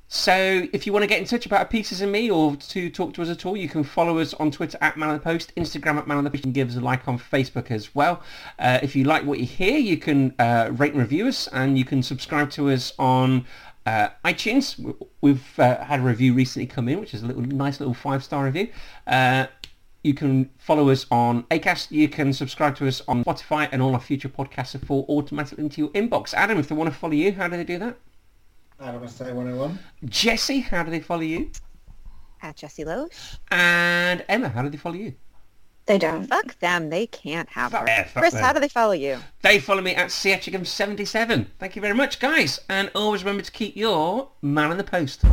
[SPEAKER 1] so if you want to get in touch about a pieces of me or to talk to us at all, you can follow us on Twitter at Man on the Post, Instagram at Man on the Post, and give us a like on Facebook as well. Uh, if you like what you hear, you can uh, rate and review us, and you can subscribe to us on uh, iTunes. W- We've uh, had a review recently come in, which is a little nice little five star review. Uh, you can follow us on Acast. You can subscribe to us on Spotify, and all our future podcasts are fall automatically into your inbox. Adam, if they want to follow you, how do they do that?
[SPEAKER 3] I don't want to say 101.
[SPEAKER 1] Jesse, how do they follow you?
[SPEAKER 2] At Jesse Loesch.
[SPEAKER 1] And Emma, how do they follow you?
[SPEAKER 4] They don't.
[SPEAKER 2] Fuck them. They can't have
[SPEAKER 1] Fuck
[SPEAKER 2] her.
[SPEAKER 1] them, fuck
[SPEAKER 2] Chris,
[SPEAKER 1] them.
[SPEAKER 2] how do they follow you?
[SPEAKER 1] They follow me at CHGM77. Thank you very much, guys. And always remember to keep your man in the post.